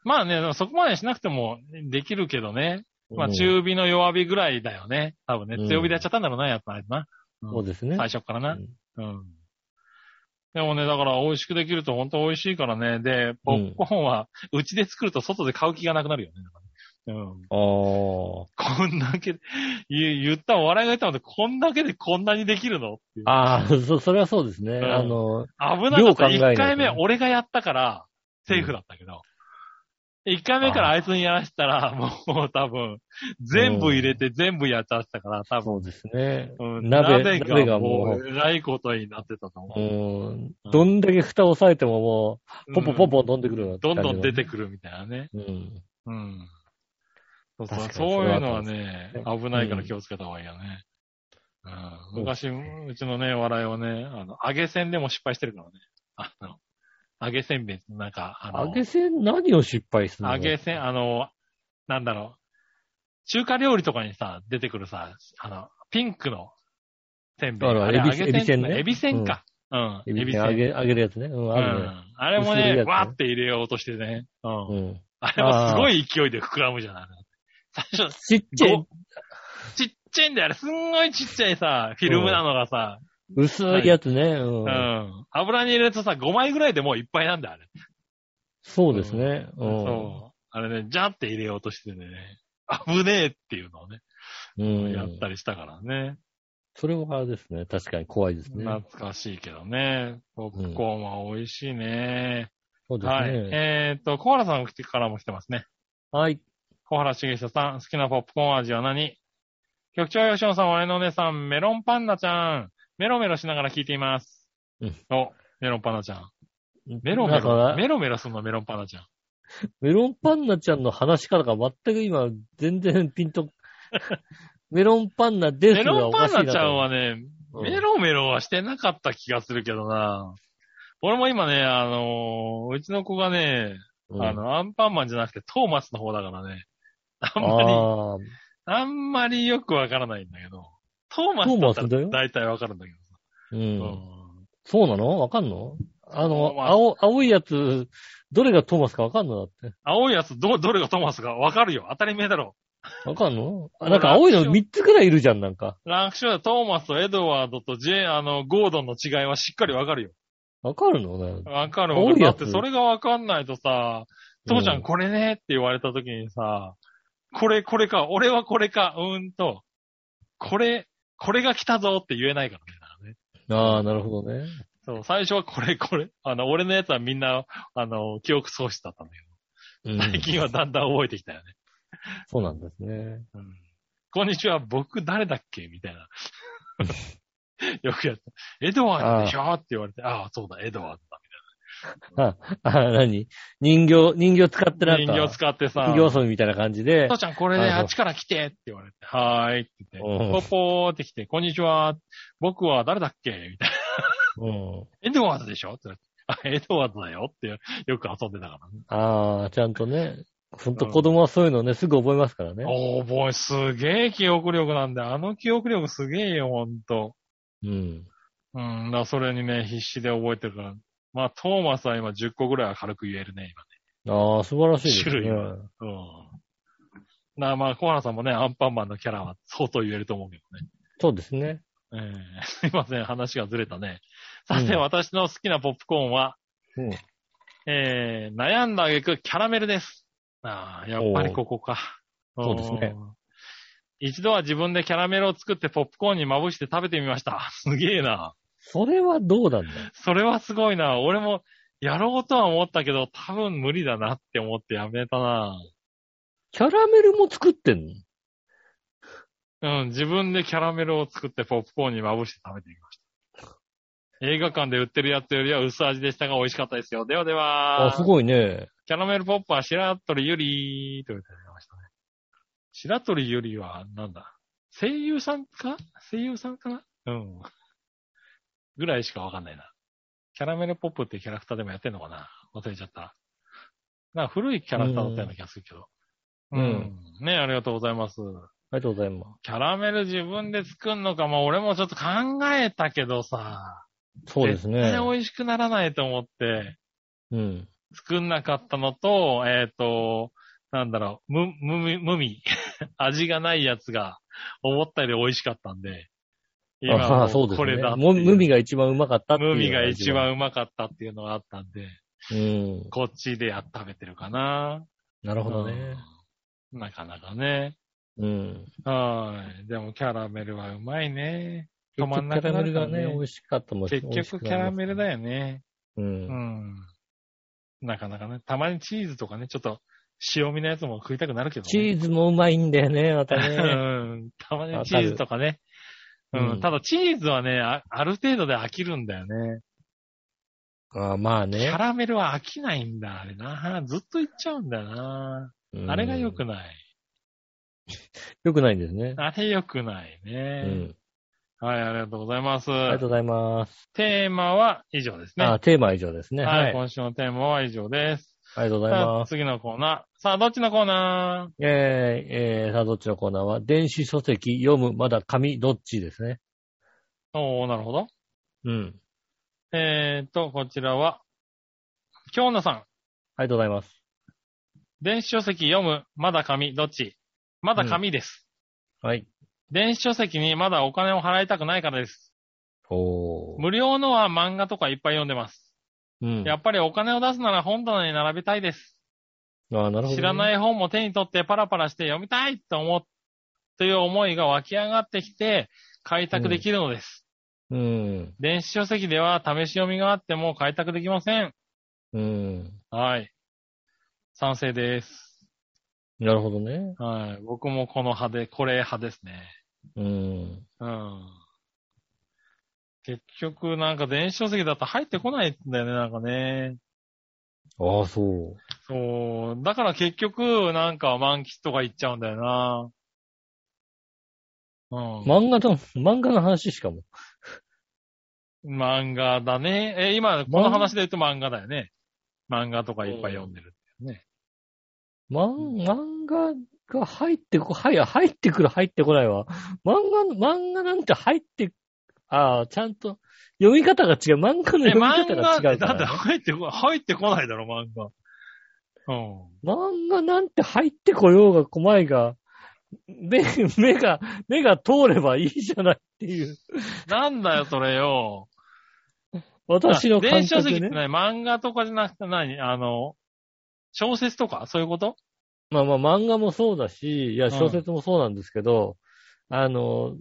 まあね、でもそこまでしなくてもできるけどね。まあ
うん
中火の弱火ぐらいだよね。多分ね
う、ん
強火でやっちゃったんだろうな、やっぱりな。うん
そうですね。
最初からな
うん。
うん。でもね、だから美味しくできると本当美味しいからね。で、ポップコーンは、うちで作ると外で買う気がなくなるよね。うん。
あー
こんだけ、言言った、笑いが言ったので、こんだけでこんなにできるのっていう
あー、そ、それはそうですね。
ん
あの、
危なかった。
量考えないとね
1回目俺がやったから、セーフだったけど、1回目からあいつにやらせたら、もうもう多分、全部入れて全部やっちゃってたから、多分、
そうですね。
うん
鍋鍋
が
が
も
も
う、
う
えらいことになってたと
う
思
ん。どんだけ蓋を押さえてもも
う。
う、ポンポンポンポン飛んでくるような
どんどん出
て
てくるみたいなね。
うん。
うん。そうそう
確かに
そういうのは
そ
ね
れ、は
危ないから気をつけた方がいいよね。うん、昔、うちのね、笑いをね、あの、揚げせんでも失敗してるからね。あの、揚げせんべいってなんか、あの、
揚げせん、何を失敗するの
揚げせん、あの、なんだろう、中華料理とかにさ、出てくるさ、あの、ピンクのせんべい。
あら
れ
エビ
揚げ
エビせんね
エビせんか。うん、
エビせん揚げ、揚げるやつね。うん、
う
あるね。
ん。あれも
薄いやつ
ね、
ね
わーって入れようとしてね。うん
うん。
あれはすごい勢いで膨らむじゃない。最初、
ちっちゃい
ご、ちっちゃいんだよ。あれすんごいちっちゃいさ、フィルムなのがさ、
薄いやつね。う。
うんん。油に入れるとさ、5枚ぐらいでもういっぱいなんだよ、あれ。
そうですね。うん。
そう。あれね、ジャーって入れようとしてね。危ねえっていうのをね、
うん。
やったりしたからね。
それはあれですね。確かに怖いですね。
懐かしいけどね。ポップコーンは美味しいね。
そうですね。
は。
はいい。
えーっと、小原さんからも来てますね。小原茂久さん、好きなポップコーン味は何局長吉野さん、我のお姉さん、メロンパンナちゃん。メロメロしながら聞いています。
うん
お、メロンパンナちゃん。メロメ
だから
ロ、メロメロすんの、メロンパンナちゃん。
メロンパンナちゃんの話からか全く今、全然ピン
[LAUGHS]
と、メロンパンナです
メ
が
ロ
お
ンパ
か
ン
しいなと
ナちゃんはね、
うん
メロメロはしてなかった気がするけどな。俺も今ね、あのーうちの子がね、
うん
あの、アンパンマンじゃなくてトーマスの方だからね。あんまり、あ
あー
んまりよくわからないんだけど。トーマスだった
トーマスだよ
ら大体わかるんだけ
う
ど。
ん。
うん
そうなのわかんのあ
トー
の、
マス
青、青いやつ、どれがトーマスかわかんのだって。
青いやつ、ど、どれがトーマスかわかるよ。当たり前だろ。
わかんのあ
俺
なんか青いの3つくらいいるじゃん、なんか。
ランクショートーマスとエドワードとジェ、あの、ゴードンの違いはしっかりわかるよ。
わかるのね。
わかる
青
わ。
い
だ
や
っ
つ
てそれがわかんないとさ、父ちゃ
うん
んこれねって言われた時にさ、これ、これか、俺はこれか、うーんと、これ、これが来たぞって言えないからねだからね。
ああ、なるほどね。
そう、最初はこれ、これ。あの、俺のやつはみんな、あの、記憶喪失だったんだけ
う
ど、最
ん。
近はだんだん覚えてきたよね。
そうなんですね。
うんこんにちは、僕誰だっけみたいな。 [LAUGHS] よくやった。エドワードでしょって言われて、ああ、そうだ、エドワードだ。
あ、あ、なに人形、人形使ってなかった。
人形使ってさ、
人形遊びみたいな感じで
父。ちゃんこれで
あそう
あっちから来てって言われて、はーいって言
うん
って、ポポーって来て、こんにちは、僕は誰だっけみたいな。
うん。
エドワードでしょって言われて、あ、エドワードだよってよく遊んでたからね。
ああ、ちゃんとね。ほんと子供はそういうのね、すぐ覚えますからね。
おー、ボーイ、すげえ記憶力なんだよ。あの記憶力すげえよ、ほんと。
うん。
うん、だからそれにね、必死で覚えてるから。まあ、トーマスは今10個ぐらいは軽く言えるね、
ああ、素晴らしいですね。
種類は今。うん。なあまあ、小原さんもね、アンパンマンのキャラは相当言えると思うけどね。
そうですね。
え [LAUGHS] ーすいません、話がずれたね。さて、
うん
私の好きなポップコーンは、
うん
えー、悩んだ挙句キャラメルです。ああ、やっぱりここか。
おーそうですね
うん。一度は自分でキャラメルを作ってポップコーンにまぶして食べてみました。すげえな。
それはどうなんだ
それはすごいな。俺もやろうとは思ったけど、多分無理だなって思ってやめたな。
キャラメルも作ってんの
うん、自分でキャラメルを作ってポップコーンにまぶして食べていきました。映画館で売ってるやつよりは薄味でしたが美味しかったですよ。ではでは。
あ、すごいね。
キャラメルポップは白鳥ゆりーと言ってましたね。白鳥ゆりは、なんだ声優さんか声優さんかなうん。ぐらいしかわかんないな。キャラメルポップっていうキャラクターでもやってんのかな忘れちゃった。なんか古いキャラクターだったような気がするけど。
うん。
ねありがとうございます。
ありがとうございま
キャラメル自分で作んのか、まあ俺もちょっと考えたけどさ。
す。そうですね
絶。対美味しくならないと思って。
うん。
作んなかったのと、えっ、と、なんだろう、む、むみ、むみ、 [LAUGHS] 味がないやつが、思ったより美味しかったんで、
あ
も
あ、そうですね。
これだって
も
いう。
ムミが一番うまかったっていう。
ムミが一。番うまかったっていうのがあったんで、
うん。
こっちでやっ食べてるかな。
なるほどね。
うん。なかなかね。
うん。
はーい。でもキャラメルはうまいね。止
結
ま
局
ん
キャ
なくな
ラメル
るか
が
らね
ね、美味しかったもん
結局キャラメル
よ。
だよね。
う。
うんん。なかなかね。たまにチーズとかね、ちょっと塩味のやつも食いたくなるけどね。
チーズもうまいんだよね、また
[LAUGHS]
ね。
うんたまにチーズとかね。
わかる
う
うん
ん、ただチーズはねあ、ある程度で飽きるんだよね。
ああ、まあ
キ
ね
ャ。ラメルは飽きないんだ、あれな。ずっといっちゃうんだよな。
うん
あれが良くない。
良くないんですね。
あれ良くないうね、
ん。
はい、ありがとうございます。
ありがとうございます。
テーマは以上ですね。
ああ、テーマは以上ですね。
はい、
はい。あり
今週のテーマは以上です。
がとうござい
さ
ま
あ
す。
次のコーナー。さあ、どっちのコーナ
えー、えー、さあ、どっちのコーナーは電子書籍、読む、まだ紙、どっちですね。
ーおー、なるほど。
うん。
えーと、こちらは、京奈さん。
ありがとうございます。
電子書籍読む、まだ紙、どっちまだ紙です。
はい。
電子書籍にまだお金を払いたくないからです。
おー。
無料のは漫画とかいっぱい読んでます。
うん。
やっぱりお金を出すなら本棚に並べたいです。
ああ、なるほど、。
知らないい本も手に取ってパラパラして読みたいと思う、という思いが湧き上がってきて、開拓できるのです。
うん。
電子書籍では試し読みがあっても開拓できません。
うん。
はい。賛成です。
なるほどね。
はい。僕もこの派で、これ派ですね。
うん。
うん。結局、なんか電子書籍だと入ってこないんだよね、なんかね。
ああ、そう。
そう。だから結局、なんか満喫とか行っちゃうんだよな。うん。
漫画の、漫画の話しかも。
漫画だね。え、今、この話で言うと漫画だよね。漫画とかいっぱい読んでる。
漫漫画が入ってこ、はい、入ってくる、入ってこないわ。漫画の、漫画なんて入って、ああ、ちゃんと、読み方が違う。漫画の
え、
読み
漫
方
画
が違
って
うか
だって
ら、ね。
入ってこ、入ってこないだろ、漫画。うん。
漫画なんて入ってこようが来まいが、目、目が、目が通ればいいじゃないっていう。
なんだよ、それよ。
私の感
電子書
覚
籍っ
で
て
ね。
何漫画とかじゃなくて何あの、小説とかそういうこと
まあまあ漫画もそうだし、いや
ん
小説もそうなんですけど、あの、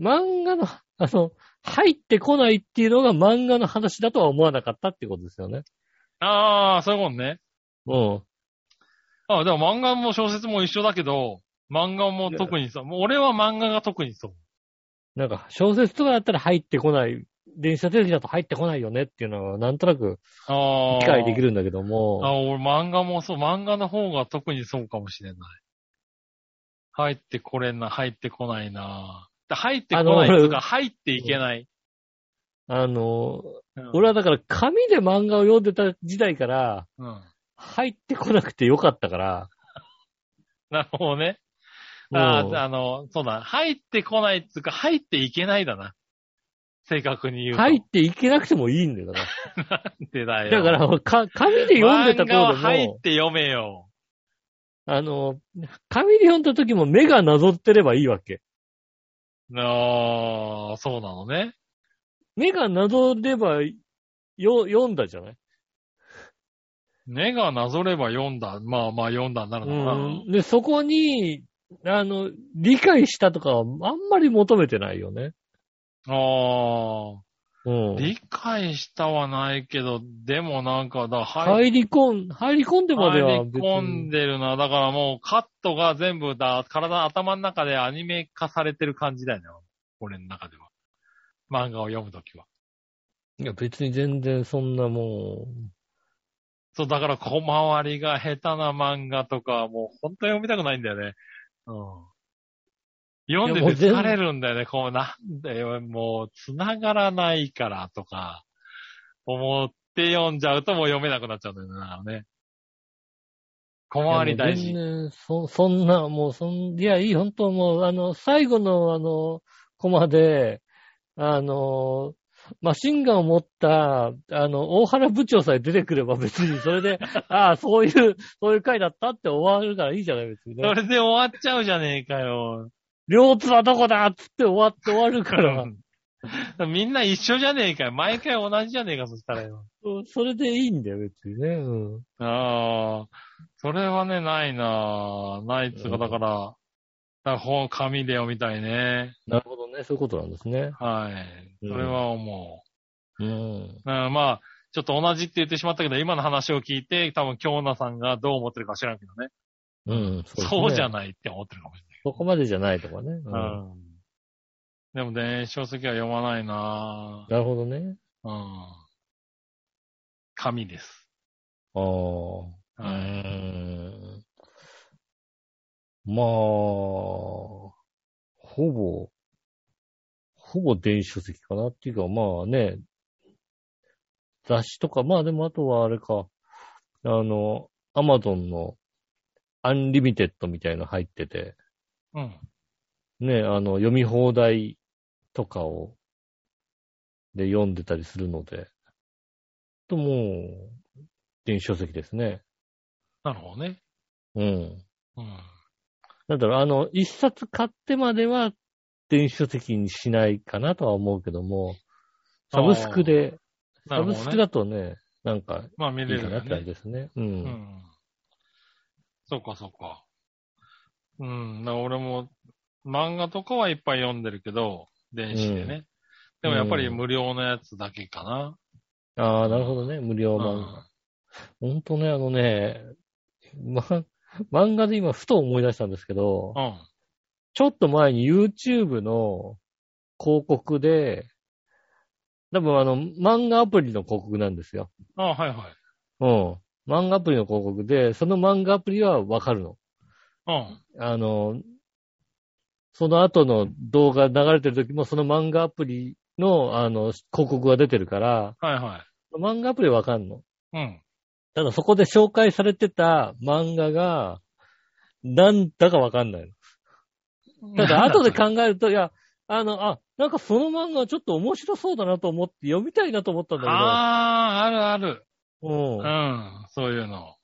漫画の、 [LAUGHS] あの、入ってこないっていうのが漫画の話だとは思わなかったっていうことですよね。
ああ、そういうことね。
うん。
あでも漫画も小説も一緒だけど、漫画も特にそう。もう俺は漫画が特にそう。
なんか小説とかだったら入ってこない、電子書籍だと入ってこないよねっていうのはなんとなく
ああ。
理解できるんだけど
あ、
も、
俺漫画もそう、漫画の方が特にそうかもしれない。入ってこれな、入ってこないな。入ってこないと
あ
か、
の
入っていけない。
あの、
うん
俺はだから紙で漫画を読んでた時代から
うん。
入ってこなくてよかったから、
なるほどね。
うん
あーあの、そうだ。入ってこないっつうか、入っていけないだな。正確に言うと。
入っていけなくてもいいんだよ。だから
ってだよ。
だから、か、紙で読んでた
漫画は
頃で
入
も
っ、て読めよ。
あの、紙で読んだ時も目がなぞってればいいわけ。
ああ、そうなのね。
目がなぞれば、よ、読んだじゃない
目がなぞれば読んだ。まあまあ読んだんなる
う
のかな。
ん。で、そこに、あの、理解したとかはあんまり求めてないよね。
ああ。
うん。
理解したはないけど、でもなんか、だ入
入り込ん、入り込んでまでは
入り込ん
で。
でるな。だからもうカットが全部だ、体、頭の中でアニメ化されてる感じだよね。俺の中では。漫画を読むときは。
いや、別に全然そんなもう、
そう、だから小回りが下手な漫画とか、もう本当に読みたくないんだよね。うん。読ん
いやも
で
う
て
全
疲れるんだよね。こう、なんだよ、もう、繋がらないからとか、思って読んじゃうともう読めなくなっちゃうんだよね。だからね。小回り大
いや
事。
もう全然そ、そんな、もう、そん、いや、いい、本当もう、あの、最後の、あの、コマで、あの、マシンガンを持った、あの、大原部長さえ出てくれば別に、それで、 [LAUGHS] ああ、そういう、そういう回だったって終わるからいいじゃない、別に
そ
ね。
れで終わっちゃうじゃねえかよ。
両津はどこだっつって終わって終わるから、
みんな一緒じゃねえかよ。毎回同じじゃねえか、そしたらよ。
うんそれでいいんだよ、別にね。うん。
ああ、それはね、ないなぁないっつう
う
か、
ん
だから、だから本、紙で読みたいね。
なるほどね、そういうことなんですね。
はい。
うん
それは思
うん。
う。うん、まあ、ちょっと同じって言ってしまったけど、今の話を聞いて、多分、京奈さんがどう思ってるか知らんけどね。
うん、そ,、
そううじゃ
ん。
ないって思ってるかもし
そこまでじゃないとかね。うん
れない。うん。でも、電子書籍は読まないなぁ
なるほどね。
うん。紙です。
ああ。うー
はい。
んまあ、ほぼ、ほぼ電子書籍かなっていうか、まあね、雑誌とか、まあでもあとはあれか、あの、アマゾンのアンリミテッドみたいなの入ってて、
うん。
ね、あの、読み放題とかを、で読んでたりするので、ともう、電子書籍ですね。
なるほどね。
うん。
うん。
なんだろう、あの、一冊買ってまでは電子書籍にしないかなとは思うけども、サブスクで、サ
なるほ
ブ
ど
スク
ね。
だとね、なんか
まあ、見
い
れ
いか
る
な
よ
ってあれ
ね。
ですね。うん。
うん。そっかそっか。うん、だから俺も漫画とかはいっぱい読んでるけど、電子でね。でもやっぱり無料のやつだけかな。
ああ、なるほどね。無料
うん。
漫画。ほんとね、あのね、ま、漫画で今ふと思い出したんですけど、
うん。
ちょっと前に YouTube の広告で、多分あの、漫画アプリの広告なんですよ。
あはいはい。
うん。漫画アプリの広告で、その漫画アプリはわかるの。
うん。
あの、その後の動画流れてる時も、その漫画アプリの、あの、広告が出てるから、
はいは
漫画アプリはわかんの。
い。うん。
ただそこで紹介されてた漫画が、なんだかわかんないの。た
[LAUGHS]
だ後で考えると、いや、あの、あ、なんかその漫画ちょっと面白そうだなと思って読みたいなと思ったんだ
ああ、あるある。
けど、
う
うん、
ん。そういうの。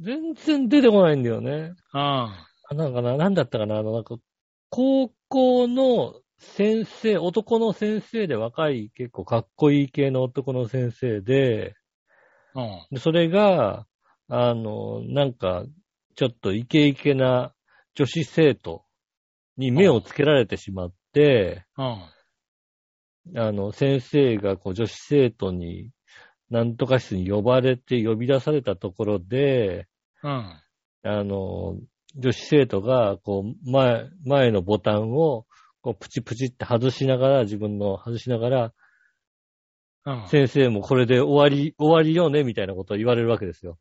全然出てこないんだよね。
うん。
あなんかな、なんだったかな、あの、なんか、高校の先生、男の先生で若い、結構かっこいい系の男の先生で、
うん。
で、それが、あの、なんか、ちょっとイケイケな女子生徒に目をつけられてしまって、
うん。
あの、先生がこう女子生徒に、なんとか室に呼ばれて呼び出されたところで、
うん。
あの、女子生徒が、こう、前、前のボタンを、こう、プチプチって外しながら、自分の外しながら、
うん。
先生もこれで終わり、終わりよね、みたいなことを言われるわけですよ。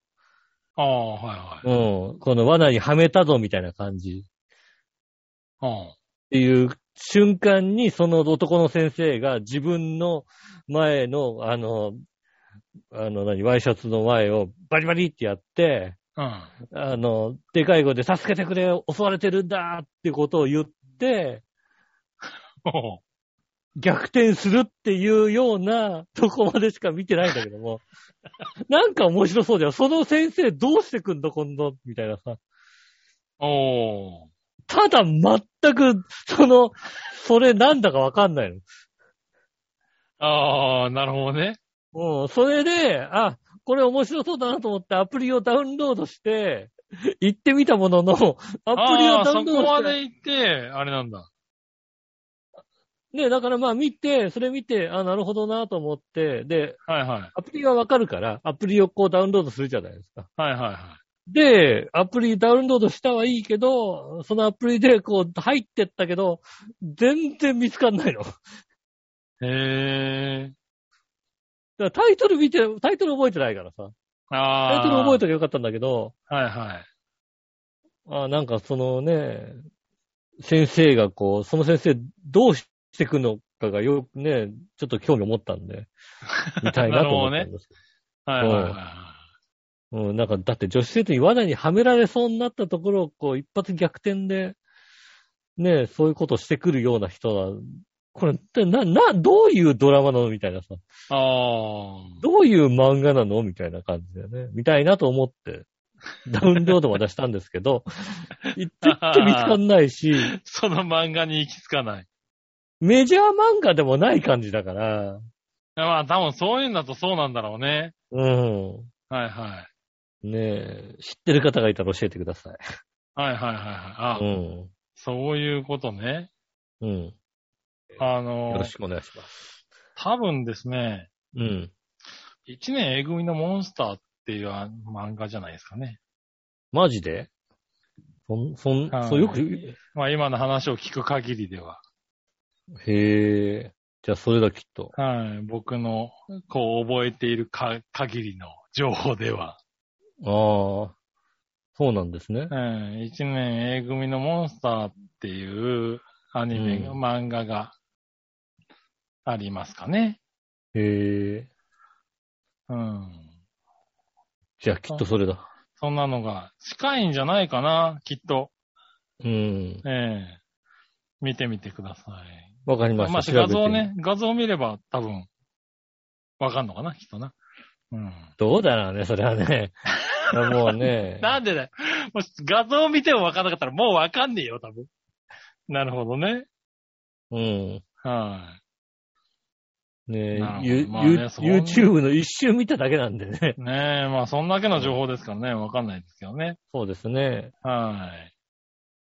ああ、はいはい。
うん。この罠にはめたぞ、みたいな感じ。
うん。
っていう瞬間に、その男の先生が自分の前の、あの、あの、何、ワイシャツの前をバリバリってやって、
うん。
あの、でかい声で助けてくれ、襲われてるんだってことを言って、
おう
逆転するっていうようなとこまでしか見てないんだけども、 [LAUGHS] なんか面白そうだよ。その先生どうしてくんだ、今度、みたいなさ。
おう
ただ全く、その、それなんだかわかんない
ああ、なるほどね。
の。うん、それで、あ、これ面白そうだなと思ってアプリをダウンロードして、行ってみたものの、アプリ
あ
を
あ、
ダ
そ
ウンロ
こ
ー
ま
ドして、
で行って、あれなんだ。
ね、だからまあ見て、それ見て、あ、なるほどなと思って、で、
はいはい。
アプリがわかるから、アプリをこうダウンロードするじゃないですか。
はいはいはい。
で、アプリダウンロードしたはいいけど、そのアプリでこう入ってったけど、全然見つかんないの。
へえ。
だからタイトル見て、タイトル覚えてないからさ。
あ
タ
あ。
イトル覚えときゃよかったんだけど、
はいはい。
あなんかそのね、先生がこう、その先生どうしてくのかがよくね、ちょっと興味を持ったんで、見たいなと思ったんです。
はいはいはいはい。
うん、なんか、だって女子生徒に罠にはめられそうになったところを、こう、一発逆転で、ねえ、そういうことしてくるような人は、これ、でな、な、どういうドラマなのみたいなさ、
ああ。
どういう漫画なのみたいな感じだよね。みたいなと思って、ダウンロードまでしたんですけど、いってって見つかんないし、
その漫画に行き着かない。
メジャー漫画でもない感じだから、
まあ多分そういうんだとそうなんだろうね。
うん。
はいはい。
ねえ、知ってる方がいたら教えてください。
はいはいはいはい。あ、
うん。
そういうことね。
うん。
あ
よ
の
ろ、しくお願いします。
多分ですね、
うん。
一年 A 組のモンスターっていうあ漫画じゃないですかね。
マジでそん、そん
は、い
そうよく、
まあ今の話を聞く限りでは。
へえ。じゃあそれだきっと。
はい。僕の、こう、覚えているか限りの情報では。
ああ。そうなんですね。
うん。一年 A 組のモンスターっていうアニメが、
う
漫画がありますかね。
へえ。
うん。
じゃあきっとそれだ。
そんなのが近いんじゃないかな、きっと。
うん。
ええ見てみてください。
わかりま
まあ
し、た。調
画
べて
像ね、画像を見れば多分、わかんのかな、きっとな。うん。
どうだろうね、それはね。いやもうね。
[LAUGHS] なんでだよ。もし画像を見てもわかんなかったらもうわかんねえよ、多分。なるほどね。
うん。
は
ねえ、
なるほど
ゆ
まあ
ゆ
ねそう
YouTube の一周見ただけなんでね。
ねえ、まあ、そんだけの情報ですからね、わかんないですけどね。
そうですね。
は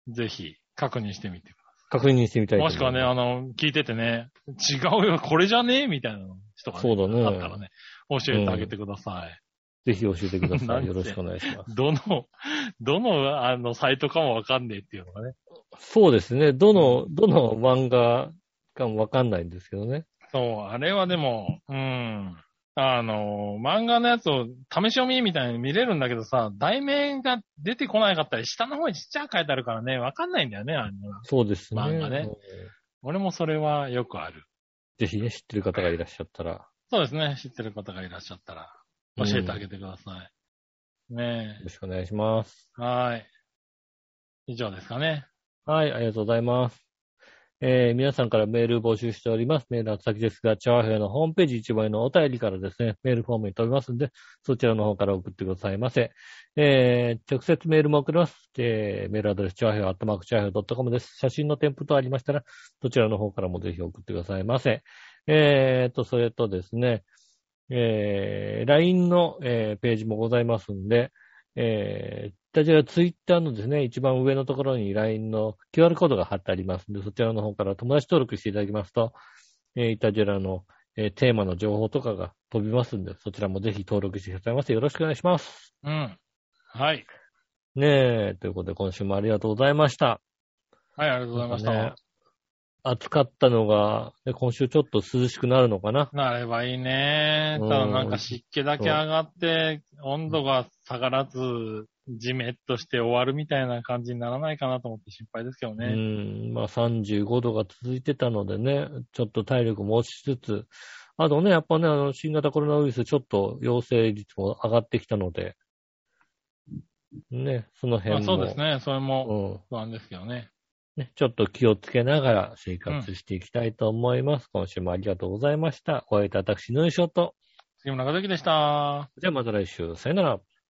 い。ぜひ、確認してみてくだ
確認してみた
さ
いと
い。も
思い
しくはね、あの、聞いててね、違うよ、これじゃねえみたいな人が、
そうだね
あったらね、教えてあげてください。
ぜひ教えてくださ
なん
い。
て
よろしくお願いします。
どの、どの、あの、サイトかもわかんねえっていうのがね。
そうですね。どの、どの漫画かもわかんないんですけどね。
そう、あれはでも、うん。あの、漫画のやつを試し読みみたいに見れるんだけどさ、題名が出てこなかったり、下の方にちっちゃく書いてあるからね、わかんないんだよね、あの
そうですね。
漫画ね俺もそれはよくある。
ぜひね、知ってる方がいらっしゃったら。
そうですね。知ってる方がいらっしゃったら、教えてあげてください。ね
よろしくお願いします。
え。はーい。以上ですかね。
はい、ありがとうございます。えー皆さんからメール募集しております。メールの宛先ですが、チャワヘアのホームページ一番上のお便りからですね、メールフォームに飛びますんで、そちらの方から送ってくださいませ。えー直接メールも送ります。えーメールアドレス、チャワヘア、アットマークチャワヘア .com です。写真の添付とありましたら、そちらの方からもぜひ送ってくださいませ。えーと、それとですね、えー LINE の、えーページもございますんで、えー、こちらツイッターのですね、一番上のところに LINE の QR コードが貼ってありますので、そちらの方から友達登録していただきますと、えー、イタジェラの、えーテーマの情報とかが飛びますんで、そちらもぜひ登録してくださいませ。よろしくお願いします。
うん。はい。
ねえ、ということで今週もありがとうございました。
はい、ありがとうございました。
なんかね暑かったのが、ね今週ちょっと涼しくなるのかな。
なればいいね。ただなんか湿気だけ上がって、温度が下がらず、じめっとして終わるみたいな感じにならないかなと思って心配ですけど
う
ね。
ん、まあ35度が続いてたのでね、ちょっと体力も落ちつつ、あとね、やっぱね、あの、新型コロナウイルスちょっと陽性率も上がってきたので、ね、その
ま
辺
あ、
も、
そうですね。それも
うん
不安ですけどね。
ね、ちょっと気をつけながら生活していきたいと思います。今週もありがとうございました。お会いいた私、ヌーショット。
杉村和之でした。
じゃあまた来週、さよなら。